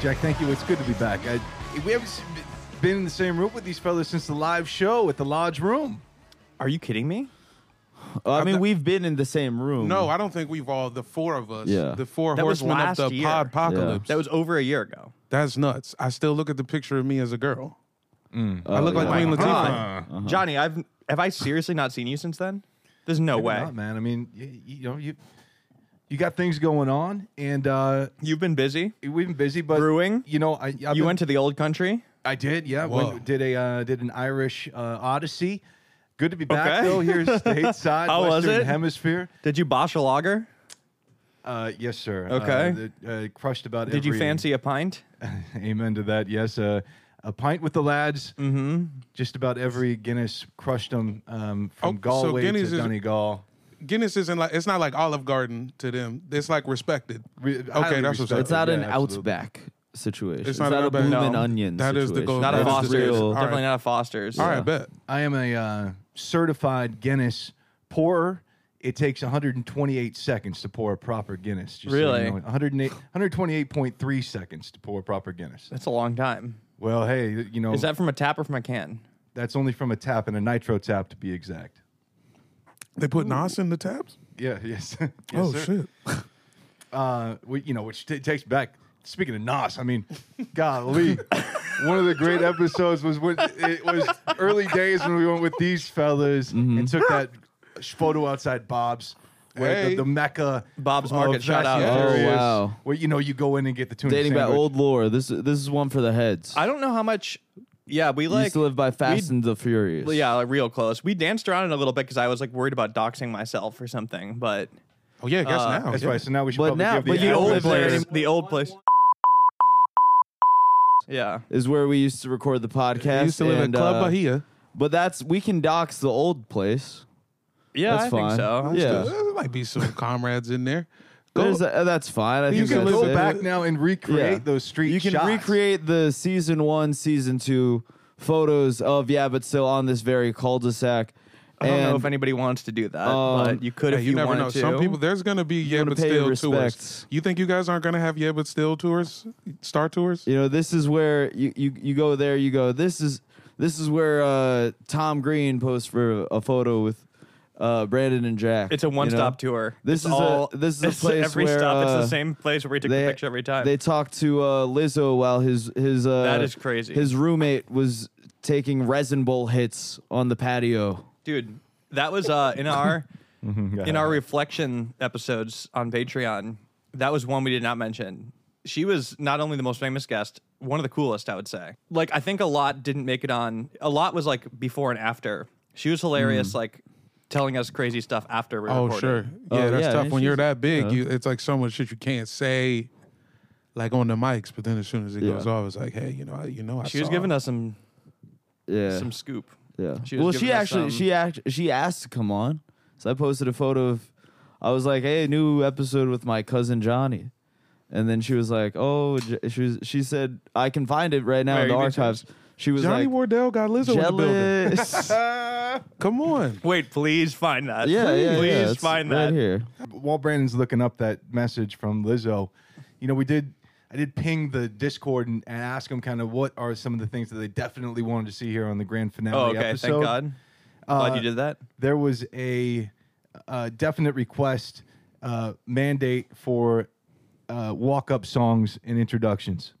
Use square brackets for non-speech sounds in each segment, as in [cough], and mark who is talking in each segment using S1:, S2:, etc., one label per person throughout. S1: Jack, thank you. It's good to be back. I, we haven't s- been in the same room with these fellas since the live show at the Lodge Room.
S2: Are you kidding me? Uh, I mean, we've been in the same room.
S3: No, I don't think we've all the four of us.
S2: Yeah.
S3: The four
S2: That was
S3: horsemen of
S2: last
S3: the
S2: year.
S3: podpocalypse.
S2: that was over a year ago.
S3: That's nuts. I still look at the picture of me as a girl. I
S4: Uh,
S3: look like
S2: yeah.
S3: Queen
S2: Wow.
S3: Latifah.
S2: Johnny, I've have I seriously not seen you since then? There's no
S1: Maybe
S2: way.
S1: not, man. I mean, you, you know, you you got things going on, and uh,
S2: You've been busy.
S1: we've been busy, but
S2: Brewing?
S1: You know, I I've
S2: you
S1: been-
S2: went to the old country.
S1: I did, yeah.
S3: Whoa.
S1: Went, did a uh, did an Irish uh, Odyssey. Good to be back
S2: Okay.
S1: though.
S2: [laughs]
S1: Here's stateside,
S2: How was
S1: Western
S2: it?
S1: Hemisphere.
S2: Did you bosh a lager?
S1: Uh, yes, sir.
S2: Okay.
S1: Uh, the- uh, crushed about.
S2: Did you
S1: every-
S2: fancy a pint?
S1: Amen to that. Yes, uh, a pint with the lads. Mm-hmm. Just about every Guinness crushed them um, from
S3: Oh, so
S1: Galway
S3: Guinness
S1: to
S3: is-
S1: Donegal.
S3: Guinness isn't like it's not like Olive Garden to them. It's like respected.
S1: Re- highly
S3: okay, that's what's
S1: respected.
S3: up.
S4: It's not
S1: Yeah,
S4: an
S1: absolutely.
S4: Outback situation. It's,
S3: not
S4: not,
S3: an
S4: a
S3: Outback.
S4: bloomin'
S2: No.
S4: onion
S3: That is the
S4: situation.
S3: goal.
S2: Not
S3: That
S2: a
S3: is the
S2: Foster's.
S3: real- all
S2: Definitely
S3: right.
S2: not a Foster's.
S3: All right, bet.
S1: I am a uh, certified Guinness pourer. It takes 128 seconds to pour a proper Guinness. Just so you
S2: Really?
S1: know. 108 128.3 seconds to pour a proper Guinness.
S2: That's a long time.
S1: Well, hey, you know
S2: Is that from a tap or from a can?
S1: that's only from a tap and a nitro tap to be exact.
S3: They put Nas in the tabs.
S1: Yeah, [laughs] yes. yes
S3: oh
S1: sir.
S3: shit!
S1: uh, we, you know, which t- takes back. Speaking of Nas, I mean, golly, one of the great episodes was when it was early days when we went with these fellas
S4: Mm-hmm.
S1: and took that photo outside Bob's, where
S3: Hey.
S1: the, the mecca
S2: Bob's
S1: of
S2: Market, shout
S1: Fast and
S2: out.
S4: Oh,
S1: Furious,
S4: wow.
S1: where you know you go in and get the tuna
S4: Dating by
S1: sandwich.
S4: old lore. This this is one for the heads.
S2: I don't know how much. Yeah, we
S4: used
S2: like
S4: to live by Fast
S2: we-
S4: and the Furious.
S2: Yeah, like real close. We danced around it a little bit because I was like worried about doxing myself or something. But
S3: Oh yeah, I guess
S2: Uh,
S3: now.
S1: That's
S3: yeah.
S1: right. So now we should
S4: But
S1: probably
S4: now-
S1: give the
S4: but you
S1: address
S4: old
S1: there.
S4: players-
S2: the old place. Yeah,
S4: Is where we used to record the podcast.
S3: I used to live
S4: and,
S3: at Club
S4: uh,
S3: Bahia.
S4: But that's we can dox the old place.
S2: yeah,
S4: That's
S2: I
S4: fine.
S2: think so.
S4: Yeah.
S3: There might be some comrades in there. Go,
S4: There's a- that's fine. I
S1: You
S4: think
S1: can
S4: that's
S1: go
S4: it.
S1: back now and recreate
S4: Yeah.
S1: those street.
S4: You can
S1: shots.
S4: recreate the season one, season two photos of yeah, but still on this very cul-de-sac.
S2: I don't know
S4: And-
S2: if anybody wants to do that,
S4: um,
S2: but you could
S3: Hey,
S2: if
S3: you,
S2: you,
S3: never
S2: wanted
S3: know.
S2: to.
S3: Some people there's gonna be yeah,
S4: wanna
S3: but
S4: pay
S3: still
S4: your
S3: tours.
S4: respects.
S3: You think you guys aren't gonna have yeah, but still tours, star tours?
S4: You know, this is where you, you, you go there, you go, this is this is where uh, Tom Green posts for a photo with uh, Brandon and Jack.
S2: it's a
S4: you know?
S2: one-stop tour.
S4: This
S2: It's
S4: is a-
S2: all,
S4: this is
S2: [laughs]
S4: a
S2: it's
S4: place
S2: every
S4: where,
S2: stop. it's
S4: uh,
S2: the same place where we took the picture every time.
S4: They talked to uh, Lizzo while his his uh,
S2: That is crazy.
S4: His roommate was taking resin bowl hits on the patio.
S2: dude that was uh
S4: [laughs]
S2: in our
S4: Mm-hmm.
S2: in our reflection episodes on patreon that was one we did not mention she was not only the most famous guest one of the coolest i would say like i think a lot didn't make it on a lot was like before and after she was hilarious like telling us crazy stuff after we
S3: Oh
S2: recorded.
S3: sure, yeah,
S4: Mm. Oh,
S3: that's
S4: yeah,
S3: tough.
S4: man,
S3: When you're
S4: she's-
S3: that big, you, it's like so much shit you can't say, like on the mics. But then as soon as it goes off, it's like, hey, you know, I, you know, I
S2: she was
S3: saw-
S2: giving us some
S4: Yeah.
S2: some scoop
S4: Yeah.
S2: She was
S4: well, she
S2: giving us
S4: actually
S2: some-
S4: she act, she asked to come on, so I posted a photo of. I was like, "Hey, new episode with my cousin Johnny," and then she was like, "Oh," J- she was, she said, "I can find it right now in the
S2: Where you can
S4: archives." She was
S3: Johnny
S4: like,
S3: Wardell got Lizzo in the
S1: [laughs]
S3: building.
S4: "Jealous." yeah,
S3: Come on.
S2: wait please find that
S4: yeah, yeah.
S2: please
S4: it's
S2: find
S4: right
S2: that
S4: here.
S1: while Brandon's looking up that message from Lizzo, you know, we did. I did ping the Discord and, and ask them kind of what are some of the things that they definitely wanted to see here on the grand finale
S2: oh okay
S1: episode.
S2: thank god glad
S1: Uh,
S2: you did that
S1: There was a uh, definite request uh, mandate for uh, walk up songs and introductions.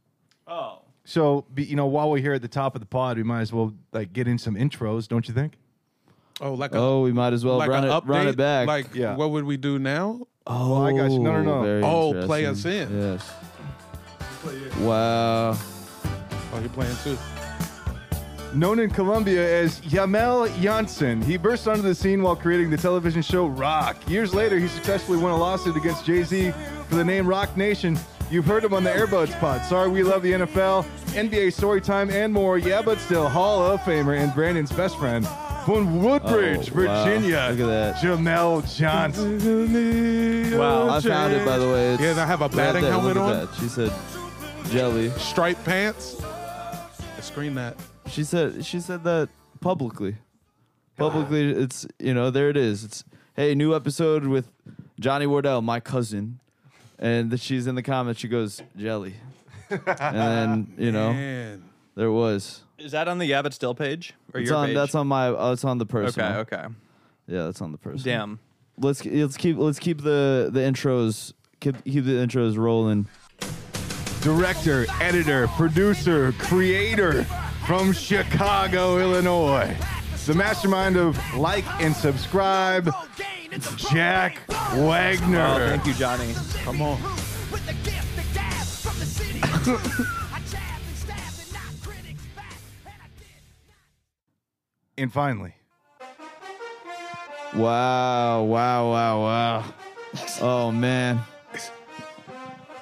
S2: oh
S1: So, be, you know, while we're here at the top of the pod, we might as well like get in some intros, don't you think?
S3: Oh, like a
S4: Oh, we might as well
S3: like
S4: run
S3: an
S4: it
S3: update.
S4: run it back.
S3: Like,
S1: Yeah.
S3: what would we do now?
S4: oh,
S1: I got you. No, no, no.
S4: very
S3: Oh, play us
S4: interesting.
S3: in.
S4: Yes. Wow.
S3: Oh, you're playing too.
S1: Known in Colombia as Yamel Janssen, he burst onto the scene while creating the television show Rock. Years later, he successfully won a lawsuit against Jay Z for the name Rock Nation. You've heard him on the Airbuds pod. Sorry, we love the NFL, NBA Storytime, and more. Yeah, but still, Hall of Famer and Brandon's best friend from Woodbridge,
S4: Oh, wow.
S1: Virginia.
S4: Look at that.
S1: Jamel Johnson.
S3: Wow,
S4: I found it by the way. It's
S3: Yeah, and I have a
S4: right
S3: batting
S4: there.
S3: helmet
S4: Look at
S3: on.
S4: that. She said, "Jelly."
S3: Striped pants. Screen that.
S4: She said she said that publicly. Publicly, it's you know there it is. It's hey, new episode with Johnny Wardell, my cousin, and that she's in the comments. She goes jelly. and then
S2: [laughs]
S4: you know
S3: Man.
S4: there was.
S2: Is that on the Yeah But Still page or
S4: It's
S2: your
S4: on
S2: page?
S4: that's on my uh, it's on the person.
S2: okay, okay.
S4: Yeah, that's on the person.
S2: Damn.
S4: Let's let's keep let's keep the the intros keep keep the intros rolling.
S1: Director, editor, producer, creator from Chicago, Illinois. The mastermind of like and subscribe, Jack
S2: Oh,
S1: Wagner.
S2: thank you, Johnny.
S5: Come on.
S1: And finally,
S4: Wow, wow, wow, wow. Oh man.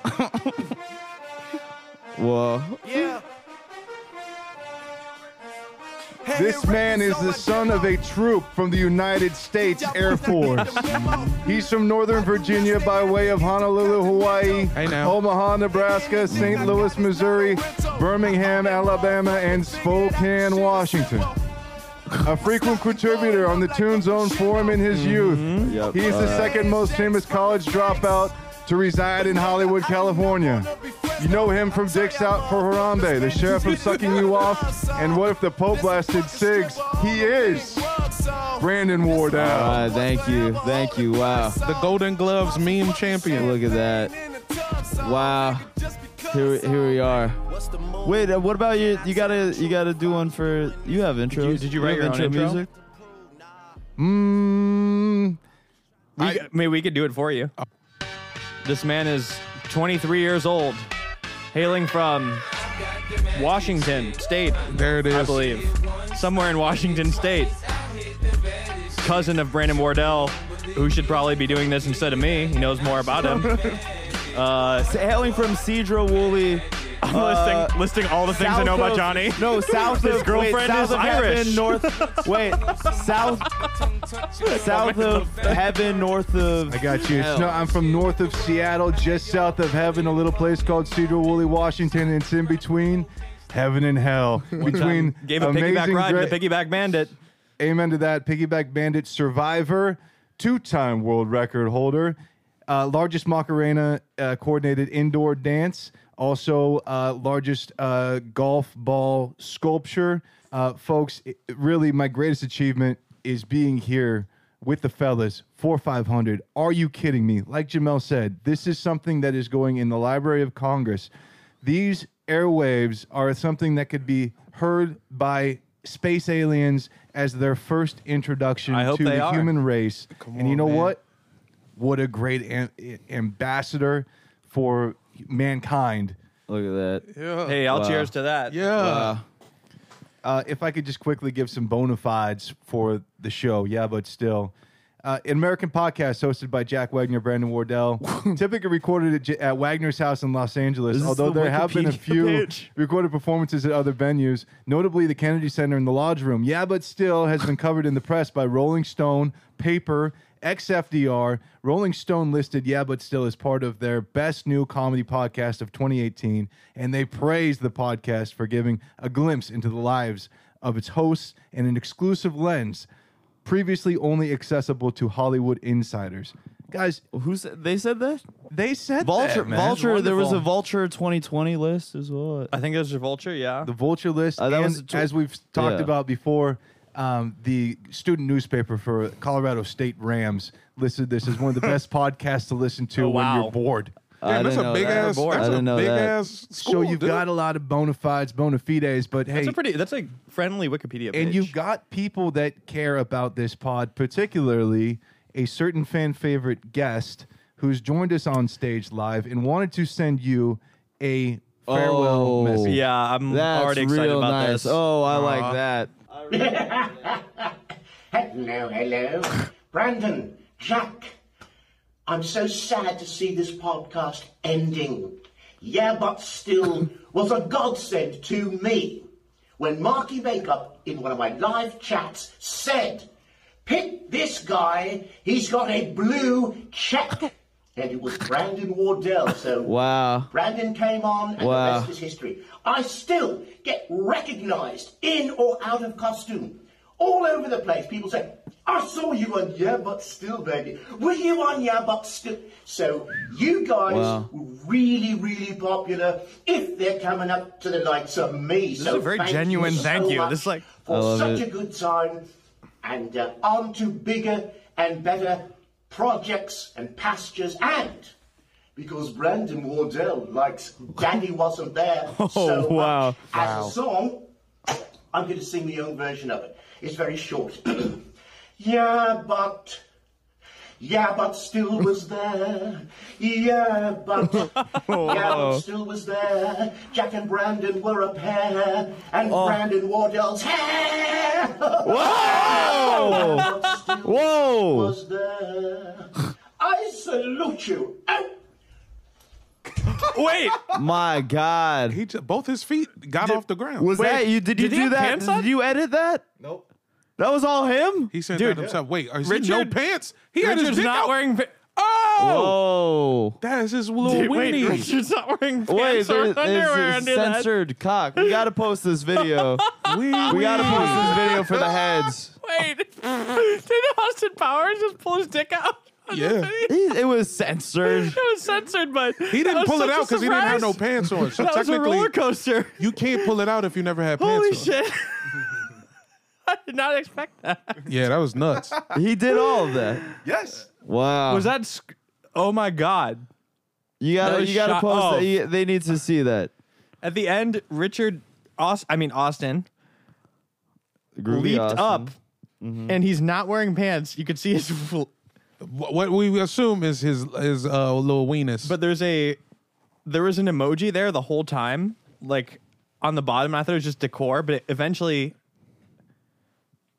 S4: [laughs] Whoa.
S1: [laughs] this man is the son of a troop from the United States Air Force. He's from Northern Virginia by way of Honolulu, Hawaii,
S3: Hey, now.
S1: Omaha, Nebraska, St. Louis, Missouri, Birmingham, Alabama, and Spokane, Washington. A frequent contributor on the Toon Zone forum in
S2: Mm-hmm.
S1: his youth,
S4: Yep.
S1: he's
S2: Uh,
S1: the second most famous college dropout to reside in Hollywood, California. You know him from Dicks Out for Harambe, the sheriff from Sucking You Off, and What If the Pope Lasted Sigs? He is Brandon Wardell.
S4: All right, thank you, thank you. Wow.
S3: The Golden Gloves meme champion.
S4: Look at that. Wow. Here, here we are. Wait, uh, what about you? You gotta, you gotta do one for. You have intros.
S2: you- did you write
S4: have
S2: your own intro?
S1: Mm,
S2: We, I, maybe we could do it for you. This man is 23 years old, hailing from Washington State,
S3: There it is.
S2: I believe, somewhere in Washington State. Cousin of Brandon Wardell, who should probably be doing this instead of me. He knows more about him. Uh,
S4: S- Hailing from Cedra Woolley.
S2: I'm
S4: uh,
S2: listing, listing all the things I know
S4: south
S2: about
S4: of-
S2: Johnny.
S4: No, south
S2: His
S4: of
S2: girlfriend
S4: wait, south
S2: is
S4: of
S2: Irish.
S4: Heaven, north. Wait, south. south of heaven, north of.
S1: I got you. It's
S4: hell.
S1: no, I'm from north of Seattle, just south of heaven, a little place called Cedar Woolley, Washington. It's in between heaven and hell. Between
S2: Gave a piggyback
S1: amazing
S2: ride
S1: gra-
S2: to the piggyback bandit.
S1: Amen to that. Piggyback Bandit survivor, two time world record holder, uh, largest Macarena uh, coordinated indoor dance, also uh, largest uh, golf ball sculpture. Uh, folks, it- really, my greatest achievement is being here with the fellas for 500. Are you kidding me? Like Jamel said, this is something that is going in the Library of Congress. These airwaves are something that could be heard by space aliens as their first introduction
S2: I hope
S1: to
S2: they
S1: the
S2: are.
S1: human race. and you
S3: on,
S1: know
S3: man.
S1: what? What a great am- ambassador for mankind.
S4: Look at that.
S3: Yeah.
S2: Hey, I'll
S4: Wow.
S2: cheers to that.
S3: Yeah.
S4: Wow.
S1: Uh, if I could just quickly give some bona fides for the show, yeah, but still. Uh, an American podcast hosted by Jack Wagner, Brandon
S4: [laughs]
S1: Wardell, typically recorded at, J- at Wagner's house in Los Angeles,
S4: this
S1: although
S4: the
S1: there have been a
S4: Wikipedia
S1: few
S4: page?
S1: recorded performances at other venues, notably the Kennedy Center and the Lodge Room. Yeah, but still has been covered in the press by Rolling Stone, Paper, XFDR. Rolling Stone listed Yeah, but still as part of their best new comedy podcast of 2018, and they praised the podcast for giving a glimpse into the lives of its hosts and an exclusive lens previously only accessible to Hollywood insiders. Guys,
S4: Who said they said that?
S1: they said
S4: Vulture,
S1: that, man.
S4: Vulture. There was a
S2: Wonderful.
S4: Vulture 2020 list as well.
S2: I think there's a vulture, yeah.
S1: the Vulture list,
S4: Uh, that
S1: and
S4: was a tw-
S1: as we've talked
S4: yeah.
S1: about before, um, the student newspaper for Colorado State Rams listed this as one of the best podcasts to listen to
S2: Oh,
S1: when
S2: wow.
S1: you're bored.
S4: I
S3: Damn, that's
S4: didn't
S3: a
S4: know
S3: big
S4: that.
S3: ass.
S4: I
S3: That's a
S4: didn't know
S3: big
S4: that.
S3: ass. School,
S1: so you've
S3: dude.
S1: got a lot of bona fides, bona fides, but hey,
S2: That's a pretty. That's a friendly Wikipedia page.
S1: and you've got people that care about this pod, particularly a certain fan favorite guest who's joined us on stage live and wanted to send you a farewell
S4: Oh.
S1: message.
S2: Yeah, I'm
S4: That's
S2: already excited
S4: real
S2: about
S4: nice.
S2: this.
S4: Oh, I like that.
S6: Hello, hello. Brandon, Jacques. I'm so sad to see this podcast ending. Yeah, but still was a godsend to me when Marky Makeup in one of my live chats said, pick this guy, he's got a blue check. And it was Brandon Wardell, so
S4: Wow.
S6: Brandon came on, and
S4: Wow.
S6: the rest is history. I still get recognised in or out of costume. all over the place. People say, I saw you on Yeah But Still, baby. Were you on Yeah But Still? So you guys
S4: Wow.
S6: were really, really popular if they're coming up to the likes of me. This so
S2: is a very
S6: thank you
S2: genuine
S6: so
S2: thank you.
S6: much
S2: This is like-
S6: for
S4: I love
S6: such
S4: it.
S6: a good time and uh, on to bigger and better projects and pastures and because Brandon Wardell likes Daddy
S4: [laughs]
S6: Wasn't There so
S4: Oh, wow.
S6: much. As a song, I'm going to sing the own version of it. It's very short. [clears throat] yeah, but. Yeah, but still was there. Yeah, but. yeah, but still was there. Jack and Brandon were a pair. And Brandon Wardell's hair. Whoa!
S4: Whoa.
S6: Was there. I salute you. Out.
S2: Wait,
S4: My God.
S3: He just, both his feet got off the ground.
S4: Was that you? Did you
S2: did he
S4: do
S2: have
S4: that?
S2: pants
S4: did
S2: on?
S4: you edit that?
S1: Nope.
S4: That was all him?
S3: he said
S2: Dude,
S3: that himself. Wait, is he no
S2: Richard-
S3: pants? He had his
S2: Richard's
S3: dick
S2: not
S3: out.
S2: wearing. pa-
S3: Oh,
S4: Oh.
S3: that is his little
S2: Dude, wait,
S3: weenie.
S2: Richard's not wearing
S4: Wait,
S2: pants
S4: there-
S2: or
S4: there's
S2: underwear
S4: a
S2: under that.
S4: censored cock. We gotta post
S2: [laughs]
S4: this video. we gotta post this video for the heads.
S2: [laughs] Wait, did Austin Powers just pull his dick out? [laughs]
S3: Yeah.
S4: He- It was censored.
S2: It was censored, but
S3: He didn't pull it out because he didn't have no pants on.
S2: [laughs]
S3: So
S2: That was a
S3: technically,
S2: roller [laughs] coaster.
S3: you can't pull it out if you never had pants
S2: Holy
S3: on.
S2: shit! [laughs] I did not expect that.
S3: Yeah, that
S2: [laughs]
S3: was nuts.
S4: He did all of that.
S1: Yes.
S4: Wow.
S2: Was that? Sc- oh my god!
S4: you
S2: that
S4: gotta
S2: was
S4: you gotta
S2: shot-
S4: post
S2: oh.
S4: that. You- they need to see that.
S2: At the end, Richard, Aust- I mean Austin,
S4: Groovy
S2: leaped
S4: Austin. Mm-hmm.
S2: up, and he's not wearing pants. You could see his, [laughs]
S3: Wh- what we assume is his his uh, little weenus.
S2: but there's a, there was an emoji there the whole time, like on the bottom. I thought it was just decor, but it eventually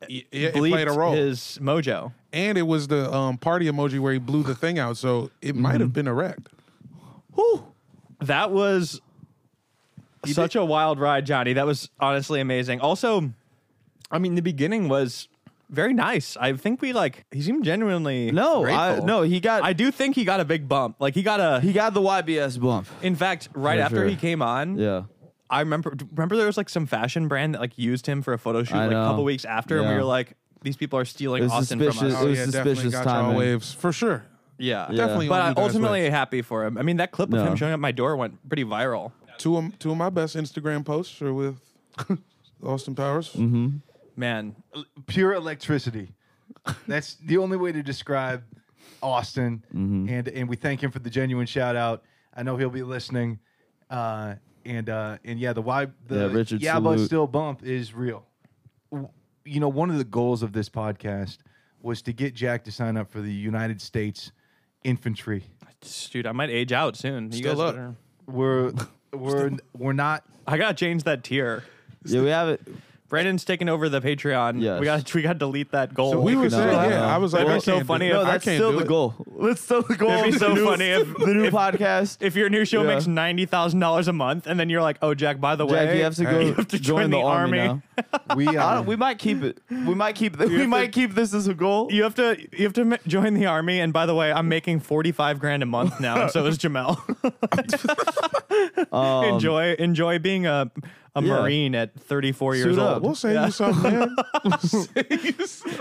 S3: Y- yeah, it
S2: bleeped
S3: played a role,
S2: his mojo.
S3: and it was the um, party emoji where he blew the thing out. So it might
S2: Mm-hmm.
S3: have been erect.
S2: That was such a wild ride, Johnny. That was honestly amazing. Also, I mean, the beginning was very nice. I think we like he seemed genuinely
S4: No, I,
S2: grateful.
S4: no, he got
S2: I do think he got a big bump. Like he got a.
S4: he got the YBS bump.
S2: in fact, right
S4: For
S2: after
S4: sure.
S2: he came on,
S4: Yeah.
S2: I remember. Remember, there was like some fashion brand that like used him for a photo shoot
S4: I
S2: like a
S4: know.
S2: couple weeks after, and we
S4: Yeah.
S2: were like, "These people are stealing
S4: It was
S2: Austin from us."
S4: suspicious. It was suspicious
S3: Oh, got
S4: timing.
S3: y'all waves for sure.
S2: yeah,
S3: Definitely
S2: But
S3: on
S2: I'm
S3: you guys'
S2: ultimately happy for him. I mean, that clip of
S4: No.
S2: him showing up at my door went pretty viral.
S3: Two of, two of my best Instagram posts are with [laughs] Austin Powers.
S2: Man,
S1: Pure electricity. That's the only way to describe Austin.
S4: Mm-hmm.
S1: And and we thank him for the genuine shout out. I know he'll be listening. Uh, and uh, and yeah, the why the
S4: Yeah, Richard,
S1: yeah but
S4: salute.
S1: still bump is real. W- You know, one of the goals of this podcast was to get Jack to sign up for the United States Infantry.
S2: dude, I might age out soon. You
S3: Still
S2: guys
S3: up.
S2: better-
S4: [laughs]
S1: We're we're we're not
S2: I gotta change that tier.
S4: Yeah, we have it.
S2: Brandon's taking over the Patreon.
S4: Yes.
S2: We gotta we gotta delete that goal.
S3: So we were saying,
S4: no,
S3: yeah,
S4: no.
S3: I was like,
S2: That'd be
S3: I
S2: so
S3: can't do
S2: funny
S3: it.
S2: if-
S4: No,
S2: I
S4: that's
S3: can't
S4: still
S3: do
S4: the
S3: it.
S4: goal. That's still the goal.
S2: It'd be
S4: of
S2: so
S4: the new-
S2: funny if-
S4: the new
S2: if-
S4: podcast.
S2: if your new show
S4: Yeah.
S2: makes ninety thousand dollars a month, and then you're like, "Oh, Jack, by the way,
S4: Jack, you have to
S2: [laughs]
S4: go
S2: you have to
S4: join, the, army. now.
S1: we
S4: [laughs] I
S1: uh,
S4: don't, we might keep it. We might keep. The,
S2: have
S4: we
S2: to-
S4: might keep this as a goal.
S2: You have to you have to ma- join the army, and by the way, I'm making forty five grand a month now, and so is
S3: [laughs]
S2: Jamel.
S3: Um,
S2: enjoy enjoy being a a
S4: Yeah.
S2: marine at 34 years
S4: Suit
S2: old.
S4: up.
S3: We'll save
S2: [laughs]
S3: you something,
S4: [laughs]
S3: man.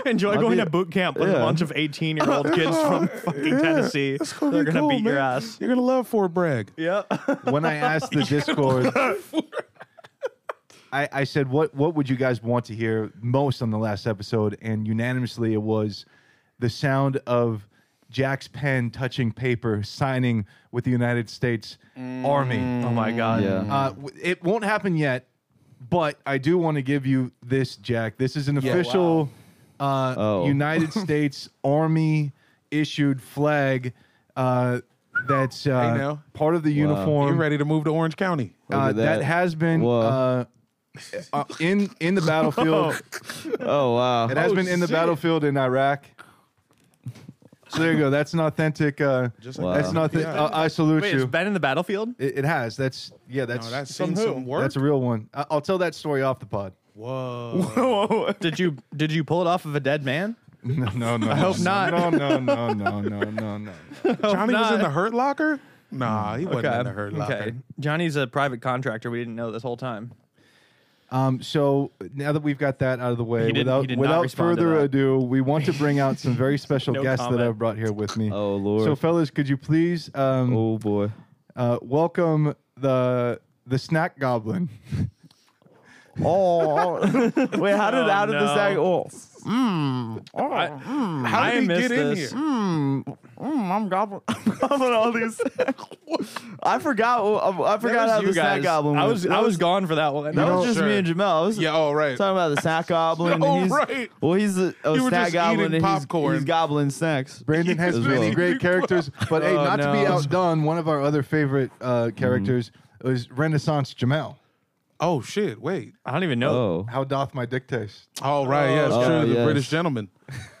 S2: Enjoy going
S4: be-
S2: to boot camp with a
S4: yeah.
S2: bunch of 18 year
S3: [laughs]
S2: old kids from fucking Tennessee.
S3: That's gonna
S2: They're
S3: be
S2: gonna
S3: cool,
S2: beat
S3: man.
S2: your ass.
S3: You're gonna love Fort Bragg. [laughs]
S2: Yep.
S1: when I asked
S4: [laughs]
S1: the Discord, I, I said, "What what would you guys want to hear most on the last episode?" And unanimously, it was the sound of Jack's pen touching paper, signing with the United States Army.
S2: Oh my god.
S4: Yeah.
S1: Uh, w- it won't happen yet, but I do want to give you this, Jack. This is an official uh,
S4: Oh.
S1: United
S4: [laughs]
S1: States Army issued flag. Uh, that's uh,
S3: now.
S1: part of the uniform.
S4: Um,
S3: You're ready to move to Orange County.
S1: Uh,
S4: at
S1: that.
S4: that.
S1: has been
S4: Whoa.
S1: uh, uh, in in the battlefield. [laughs]
S4: Oh wow.
S1: It has been in the battlefield in Iraq. So there you go. That's an authentic. Uh,
S3: Just like
S1: That's
S4: Wow.
S1: not.
S3: Yeah.
S1: Uh, I salute
S2: Wait, is
S1: you.
S2: Ben in the [laughs] battlefield?
S1: it, it has. That's yeah. That's
S3: No, that's
S1: that's
S3: seen some work.
S1: a real one. I, I'll tell that story off the pod.
S3: Whoa.
S2: did you did you pull it off of a dead man?
S1: No, no, no. I
S2: hope not.
S1: No, no, no, no, no, no, no.
S3: [laughs]
S4: [laughs]
S3: Johnny was
S2: not.
S3: in the Hurt Locker? Nah, he wasn't in the Hurt Locker.
S2: Johnny's a private contractor. We didn't know this whole time.
S1: Um, so now that we've got that out of the way,
S2: He didn't- he
S1: without,
S2: did not
S1: without
S2: respond to
S1: further
S2: that.
S1: ado, we want to bring out some
S2: [laughs]
S1: very special
S2: No
S1: guests that
S2: comment.
S1: I've brought here with
S2: [laughs]
S1: me.
S4: Oh, Lord.
S1: So, fellas, could you please um,
S4: Oh boy.
S1: uh, welcome the the snack
S2: [laughs]
S1: goblin?
S4: Oh, [laughs] wait. How did
S2: Oh,
S4: out of the
S2: no.
S4: sack? Oh,
S2: I,
S3: How
S2: I
S3: did he
S2: missed
S3: get in
S2: this.
S3: here?
S4: mm, I'm gobbling. I'm gobbling all these. I forgot. I forgot
S2: was
S4: how
S2: you
S4: the snack
S2: guys.
S4: goblin.
S2: I
S4: went.
S2: was
S4: That
S2: I was gone for that one.
S4: That
S1: know,
S4: was just
S3: sure.
S4: me and Jamel. I was
S3: Yeah, all right.
S4: talking about
S3: [laughs]
S4: the snack goblin. and
S3: Oh,
S4: he's,
S3: right.
S4: Well, he's a, a
S3: You were
S4: snack
S3: just
S4: goblin.
S3: eating
S4: and he's-
S3: popcorn.
S4: He's, gobbling snacks.
S1: Brandon has
S4: As
S1: many
S4: well.
S1: great
S2: [laughs]
S1: characters, but hey,
S4: Oh,
S1: not to be
S4: no.
S1: outdone, one of our other favorite uh,
S2: Mm-hmm.
S1: characters is Renaissance Jamel.
S3: Oh shit! Wait.
S2: I don't even know.
S4: Oh,
S1: How doth my dick taste?
S3: All right. Yeah, it's
S4: Oh,
S3: true. The
S4: yes.
S3: British gentleman.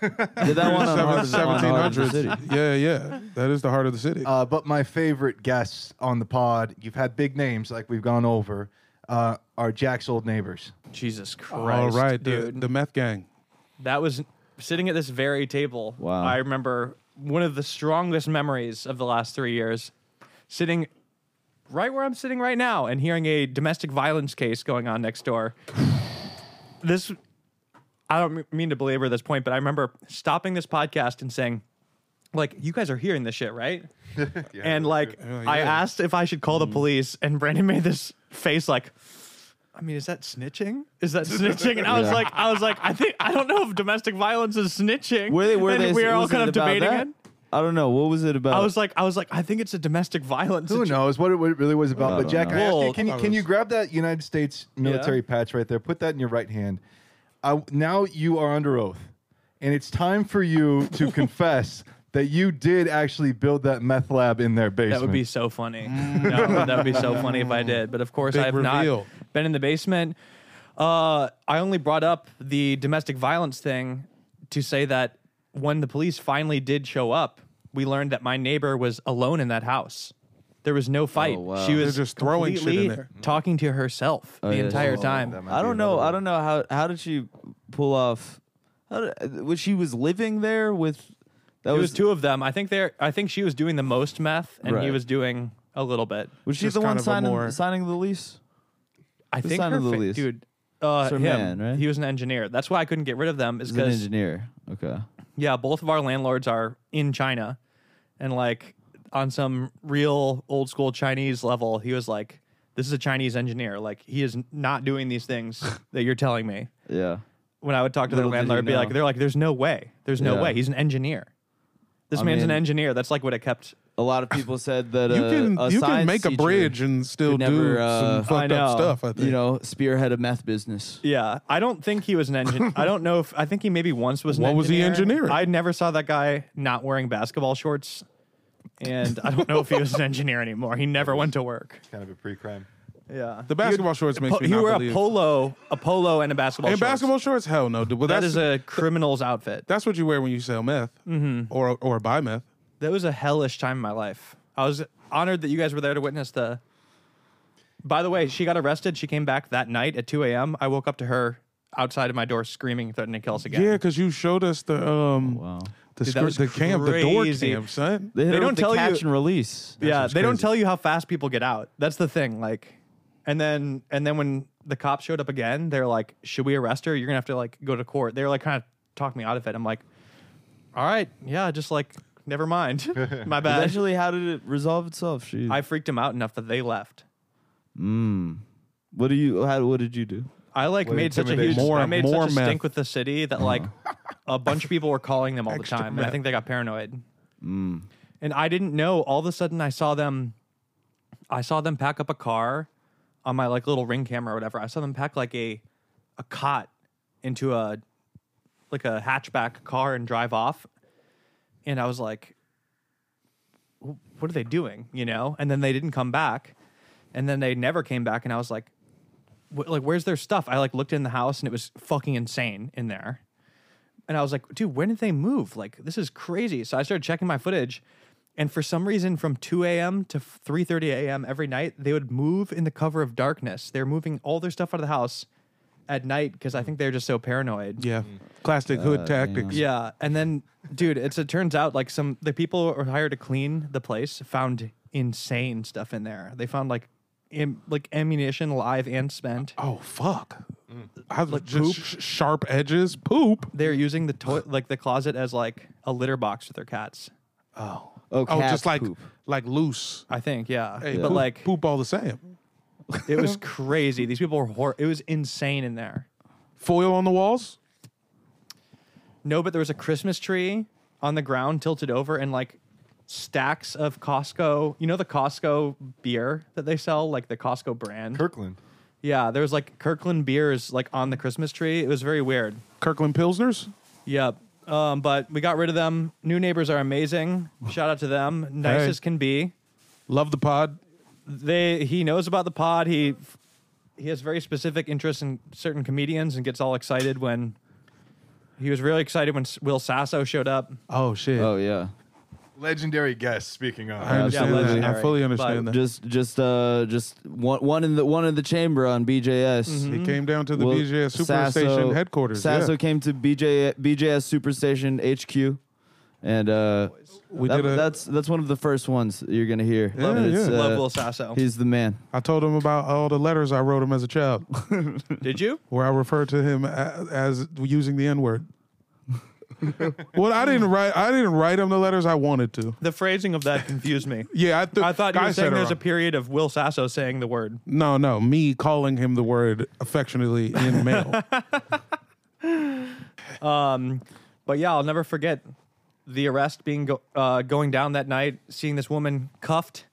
S4: did that one on Heart of the- on
S3: Seventeen
S4: Heart of the
S3: hundreds.
S4: City. Oh,
S3: Yeah, yeah. That is the heart of the city.
S1: Uh, but my favorite guests on the pod, you've had big names like we've gone over, uh, are Jack's old neighbors.
S2: Jesus
S3: all
S2: Christ,
S3: right. The,
S2: dude.
S3: the meth gang.
S2: that was sitting at this very table.
S4: Wow.
S2: I remember one of the strongest memories of the last three years, sitting right where I'm sitting right now and hearing a domestic violence case going on next door. [sighs] this, I don't m- mean to belabor this point, but I remember stopping this podcast and saying, like, you guys are hearing this shit, right? and like, I
S3: yeah.
S2: asked if I should call the police, and Brandon made this face like, I mean, is that snitching? Is that snitching? And I was
S4: Yeah.
S2: like, I was like, I think I don't know if domestic violence is snitching.
S4: Were they? Were
S2: and
S4: they?
S2: We were all
S4: was it
S2: kind of
S4: about
S2: debating
S4: that?
S2: it.
S4: I don't know. What was it about?
S2: I was like, I was like, I think it's a domestic violence.
S1: Who
S2: situ-
S1: knows what it, what it really was about?
S4: I
S1: but
S4: don't
S1: Jack,
S4: know.
S1: I ask you,
S2: Well,
S1: can you
S3: I
S1: can you
S3: was-
S1: grab that United States military
S2: Yeah.
S1: patch right there? Put that in your right hand. I, now you are under oath, and it's time for you to [laughs] confess that you did actually build that meth lab in their basement.
S2: That would be so funny. no, that would be so funny if I did. But of course,
S3: Mm. Big
S2: I have
S3: reveal.
S2: not been in the basement. Uh, I only brought up the domestic violence thing to say that when the police finally did show up, we learned that my neighbor was alone in that house. There was no fight.
S4: Oh, wow. Oh,
S2: She was
S3: They're just throwing shit in
S2: completely
S3: there.
S2: talking to herself the
S4: yeah,
S2: entire
S4: she's-
S2: time.
S1: that might
S4: I
S1: be
S4: don't know.
S1: another
S4: I
S1: one.
S4: don't know how. How did she pull off? How did, was she was living there with? That
S2: It was two of them. I think they're. I think she was doing the most meth, and he
S4: Right.
S2: was doing a little bit.
S4: Was she
S3: Just
S4: the
S3: kind
S4: one
S3: of a
S4: signing
S3: more-
S4: signing the lease?
S2: I think
S4: sign
S2: her
S4: of the
S2: fa-
S4: lease.
S2: dude. Uh,
S4: Sir
S2: him.
S4: Man, right?
S2: He was an engineer. That's why I couldn't get rid of them. Is
S4: He's an
S2: because
S4: engineer. Okay.
S2: yeah, both of our landlords are in China, and like on some real old school Chinese level, he was like, "This is a Chinese engineer. Like he is n- not doing these things
S4: [laughs]
S2: that you're telling me."
S4: Yeah.
S2: When I would talk to
S4: Little
S2: their
S4: did he
S2: landlord, I'd be like,
S4: know.
S2: "They're like, there's no way. There's no
S4: Yeah.
S2: way. He's an engineer. This man's an
S4: mean-
S2: engineer. That's like what I kept."
S4: A lot of people said that
S3: You
S4: uh,
S3: can
S4: a
S3: you can
S4: science
S3: make a
S4: teacher
S3: bridge and still
S4: could never,
S3: do
S4: uh,
S3: some fucked
S2: I
S3: up
S2: know.
S3: stuff. I think.
S4: you know spearhead a meth business.
S2: Yeah, I don't think he was an engineer.
S3: [laughs]
S2: I don't know if I think he maybe once was. An
S3: What was he
S2: engineer.
S3: engineering?
S2: I never saw that guy not wearing basketball shorts, and I don't know if he
S3: [laughs]
S2: was an engineer anymore. He never went to work.
S1: kind of a pre-crime.
S2: Yeah,
S3: the basketball shorts makes
S2: Po-
S3: me
S2: he
S3: not
S2: wore
S3: believe.
S2: a polo, a polo, and a basketball.
S3: and
S2: shorts.
S3: basketball shorts. Hell no. Dude. Well,
S2: That
S3: that's
S2: is a Mm-hmm. criminal's outfit.
S3: that's what you wear when you sell meth or or buy meth.
S2: That was a hellish time in my life. I was honored that you guys were there to witness the. By the way, she got arrested. She came back that night at 2 a.m. I woke up to her outside of my door screaming, threatening to kill us again.
S3: Yeah, because you showed us the um
S4: Wow.
S3: the
S2: Oh, Dude, that
S3: scr-
S2: was
S3: the cam the door
S2: crazy.
S3: cam son.
S4: They, hit
S2: They
S4: her
S2: don't
S4: with the
S2: tell you-
S4: catch and release.
S2: yeah,
S3: what's
S2: they don't
S3: crazy.
S2: tell you how fast people get out. That's the thing. Like, and then and then when the cops showed up again, they're like, "Should we arrest her? You're gonna have to like go to court." They're like, kind of talk me out of it. I'm like, "All right, yeah, just like never mind, [laughs] my bad."
S4: [laughs] Eventually, how did it resolve itself? She.
S2: I freaked him out enough that they left.
S4: what do you? How, what did you do?
S2: I like made such a huge,
S3: More-
S2: I made
S3: more
S2: such a stink
S3: meth.
S2: with the city that like a bunch of people were calling them all the
S3: Uh-huh. Extra
S2: time, and I
S3: meth. Mm.
S2: think they got paranoid. And I didn't know. All of a sudden, I saw them. I saw them pack up a car on my like little ring camera or whatever. I saw them pack like a a cot into a like a hatchback car and drive off, and I was like, "Wh- "What are they doing?" You know. And then they didn't come back, and then they never came back, and I was like wh- like where's their stuff i like looked in the house and it was fucking insane in there and i was like dude when did they move like this is crazy so i started checking my footage and for some reason from 2 a.m to 3.30 a.m every night they would move in the cover of darkness they're moving all their stuff out of the house at night because i think they're just so paranoid
S3: Yeah, classic hood tactics.
S2: yeah and then dude it's it turns out like some the people who were hired to clean the place found insane stuff in there they found like am, like ammunition, live and spent.
S3: Oh fuck! I like just sh- sharp edges, poop.
S2: They're using the toy, like the closet, as like a litter box for their cats.
S4: Oh,
S3: Oh,
S4: cat
S3: just like
S4: poop.
S3: like loose.
S2: I think, yeah.
S3: Hey,
S2: But
S3: poop-
S2: like,
S3: poop all the same.
S2: it was crazy. These people were hor- It was insane in there.
S3: Foil on the walls.
S2: No, but there was a Christmas tree on the ground tilted over and like stacks of Costco. You know the Costco beer that they sell, like the Costco brand.
S1: Kirkland.
S2: yeah, there was like Kirkland beers like on the Christmas tree. It was very weird.
S3: Kirkland Pilsners.
S2: Yep. Um, but we got rid of them. New neighbors are amazing. Shout out to them. Nice
S3: Hey.
S2: as can be.
S3: Love the pod.
S2: They he knows about the pod. He he has very specific interests in certain comedians and gets all excited when he was really excited when S- Will Sasso showed up.
S3: Oh shit!
S4: Oh yeah.
S1: Legendary guest, speaking of.
S3: I understand that. I
S2: legendary,
S3: fully
S2: but
S3: understand that.
S4: Just just uh just one one in the one in the chamber on
S3: It
S4: BJS.
S3: Mm-hmm. came down to the
S4: Well,
S3: BJS Superstation
S4: Sasso-
S3: headquarters.
S4: Sasso
S3: yeah.
S4: came to BJ BJS Superstation HQ, and uh,
S3: We
S4: that-
S3: did a-
S4: that's that's one of the first ones that you're gonna hear.
S3: Yeah,
S4: And it's, uh,
S3: yeah.
S2: Love Will Sasso.
S4: He's the man.
S3: I told him about all the letters I wrote him as a child, [laughs]
S2: Did you?
S3: where I referred to him a- as using the N word. [laughs] well, I didn't write. I didn't write him the letters I wanted to.
S2: The phrasing of that confused me.
S3: Yeah, I,
S2: [laughs]
S3: th-
S2: I thought you
S3: I
S2: were
S3: said
S2: saying
S3: it
S2: there's a
S3: wrong.
S2: period of Will Sasso saying the word.
S3: No, no, me calling him the word affectionately
S2: [laughs]
S3: in mail.
S2: Um, But yeah, I'll never forget the arrest being go- uh, going down that night, seeing this woman cuffed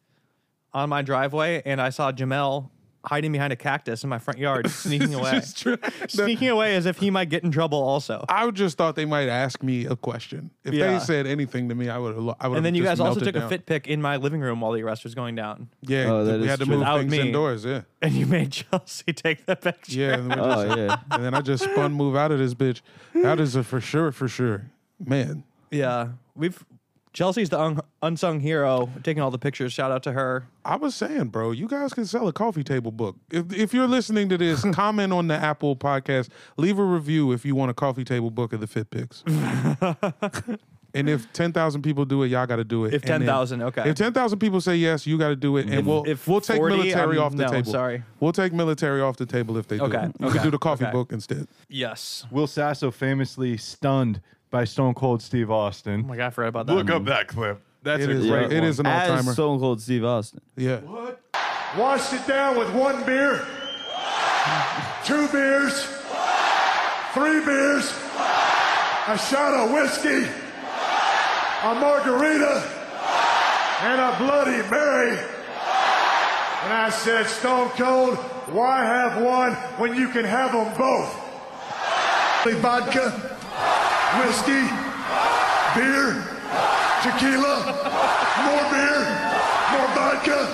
S2: on my driveway, and I saw Jamel hiding behind a cactus in my front yard,
S3: [laughs]
S2: sneaking away. [laughs]
S3: It's true.
S2: Sneaking away as if he might get in trouble also.
S3: I just thought they might ask me a question. If
S2: Yeah.
S3: they said anything to me, I would. I would.
S2: And then you guys also took a fit pic in my living room while the arrest was going down. [laughs]
S3: Yeah,
S4: Oh, that
S3: we
S4: is
S3: had to
S4: true.
S3: move
S2: Without
S3: things
S2: me.
S3: indoors. Yeah,
S2: And you made Chelsea [laughs] take that picture.
S3: yeah. And, we just-
S4: [laughs]
S3: [laughs]
S4: Oh yeah.
S3: and then I just spun move out of this bitch. That is a for sure, for sure, man.
S2: Yeah. We've Chelsea's the un- unsung hero, taking all the pictures. Shout out to her.
S3: I was saying, bro, you guys can sell a coffee table book. If, if you're listening
S2: [laughs]
S3: to this, comment on the Apple podcast. Leave a review if you want a coffee table book of the
S2: [laughs]
S3: Fit Picks. and if 10,000 people do it, y'all got to do it.
S2: If
S3: And then-
S2: 10,000, okay.
S3: If 10,000 people say yes, you got to do it. And we'll,
S2: if
S3: we'll take
S2: 40,
S3: military
S2: I'm-
S3: off the
S2: no,
S3: table.
S2: sorry.
S3: We'll take military off the table if they do
S2: Okay,
S3: it. You
S2: okay,
S3: can do the coffee
S2: okay.
S3: book instead.
S2: Yes. Oh
S1: Will Sasso famously stunned by Stone Cold Steve Austin.
S2: Oh my god, I forgot about that.
S1: Look up that clip. That's
S3: It
S1: a
S3: is,
S1: great
S3: it
S1: one.
S3: is an all
S4: As
S3: timer.
S4: Stone Cold Steve Austin.
S3: yeah.
S5: Washed it down with one beer, two beers, three beers, a shot of whiskey, a margarita, and a Bloody Mary. And I said, Stone Cold, why have one when you can have them both? Vodka, whiskey, beer, tequila, more beer, more vodka,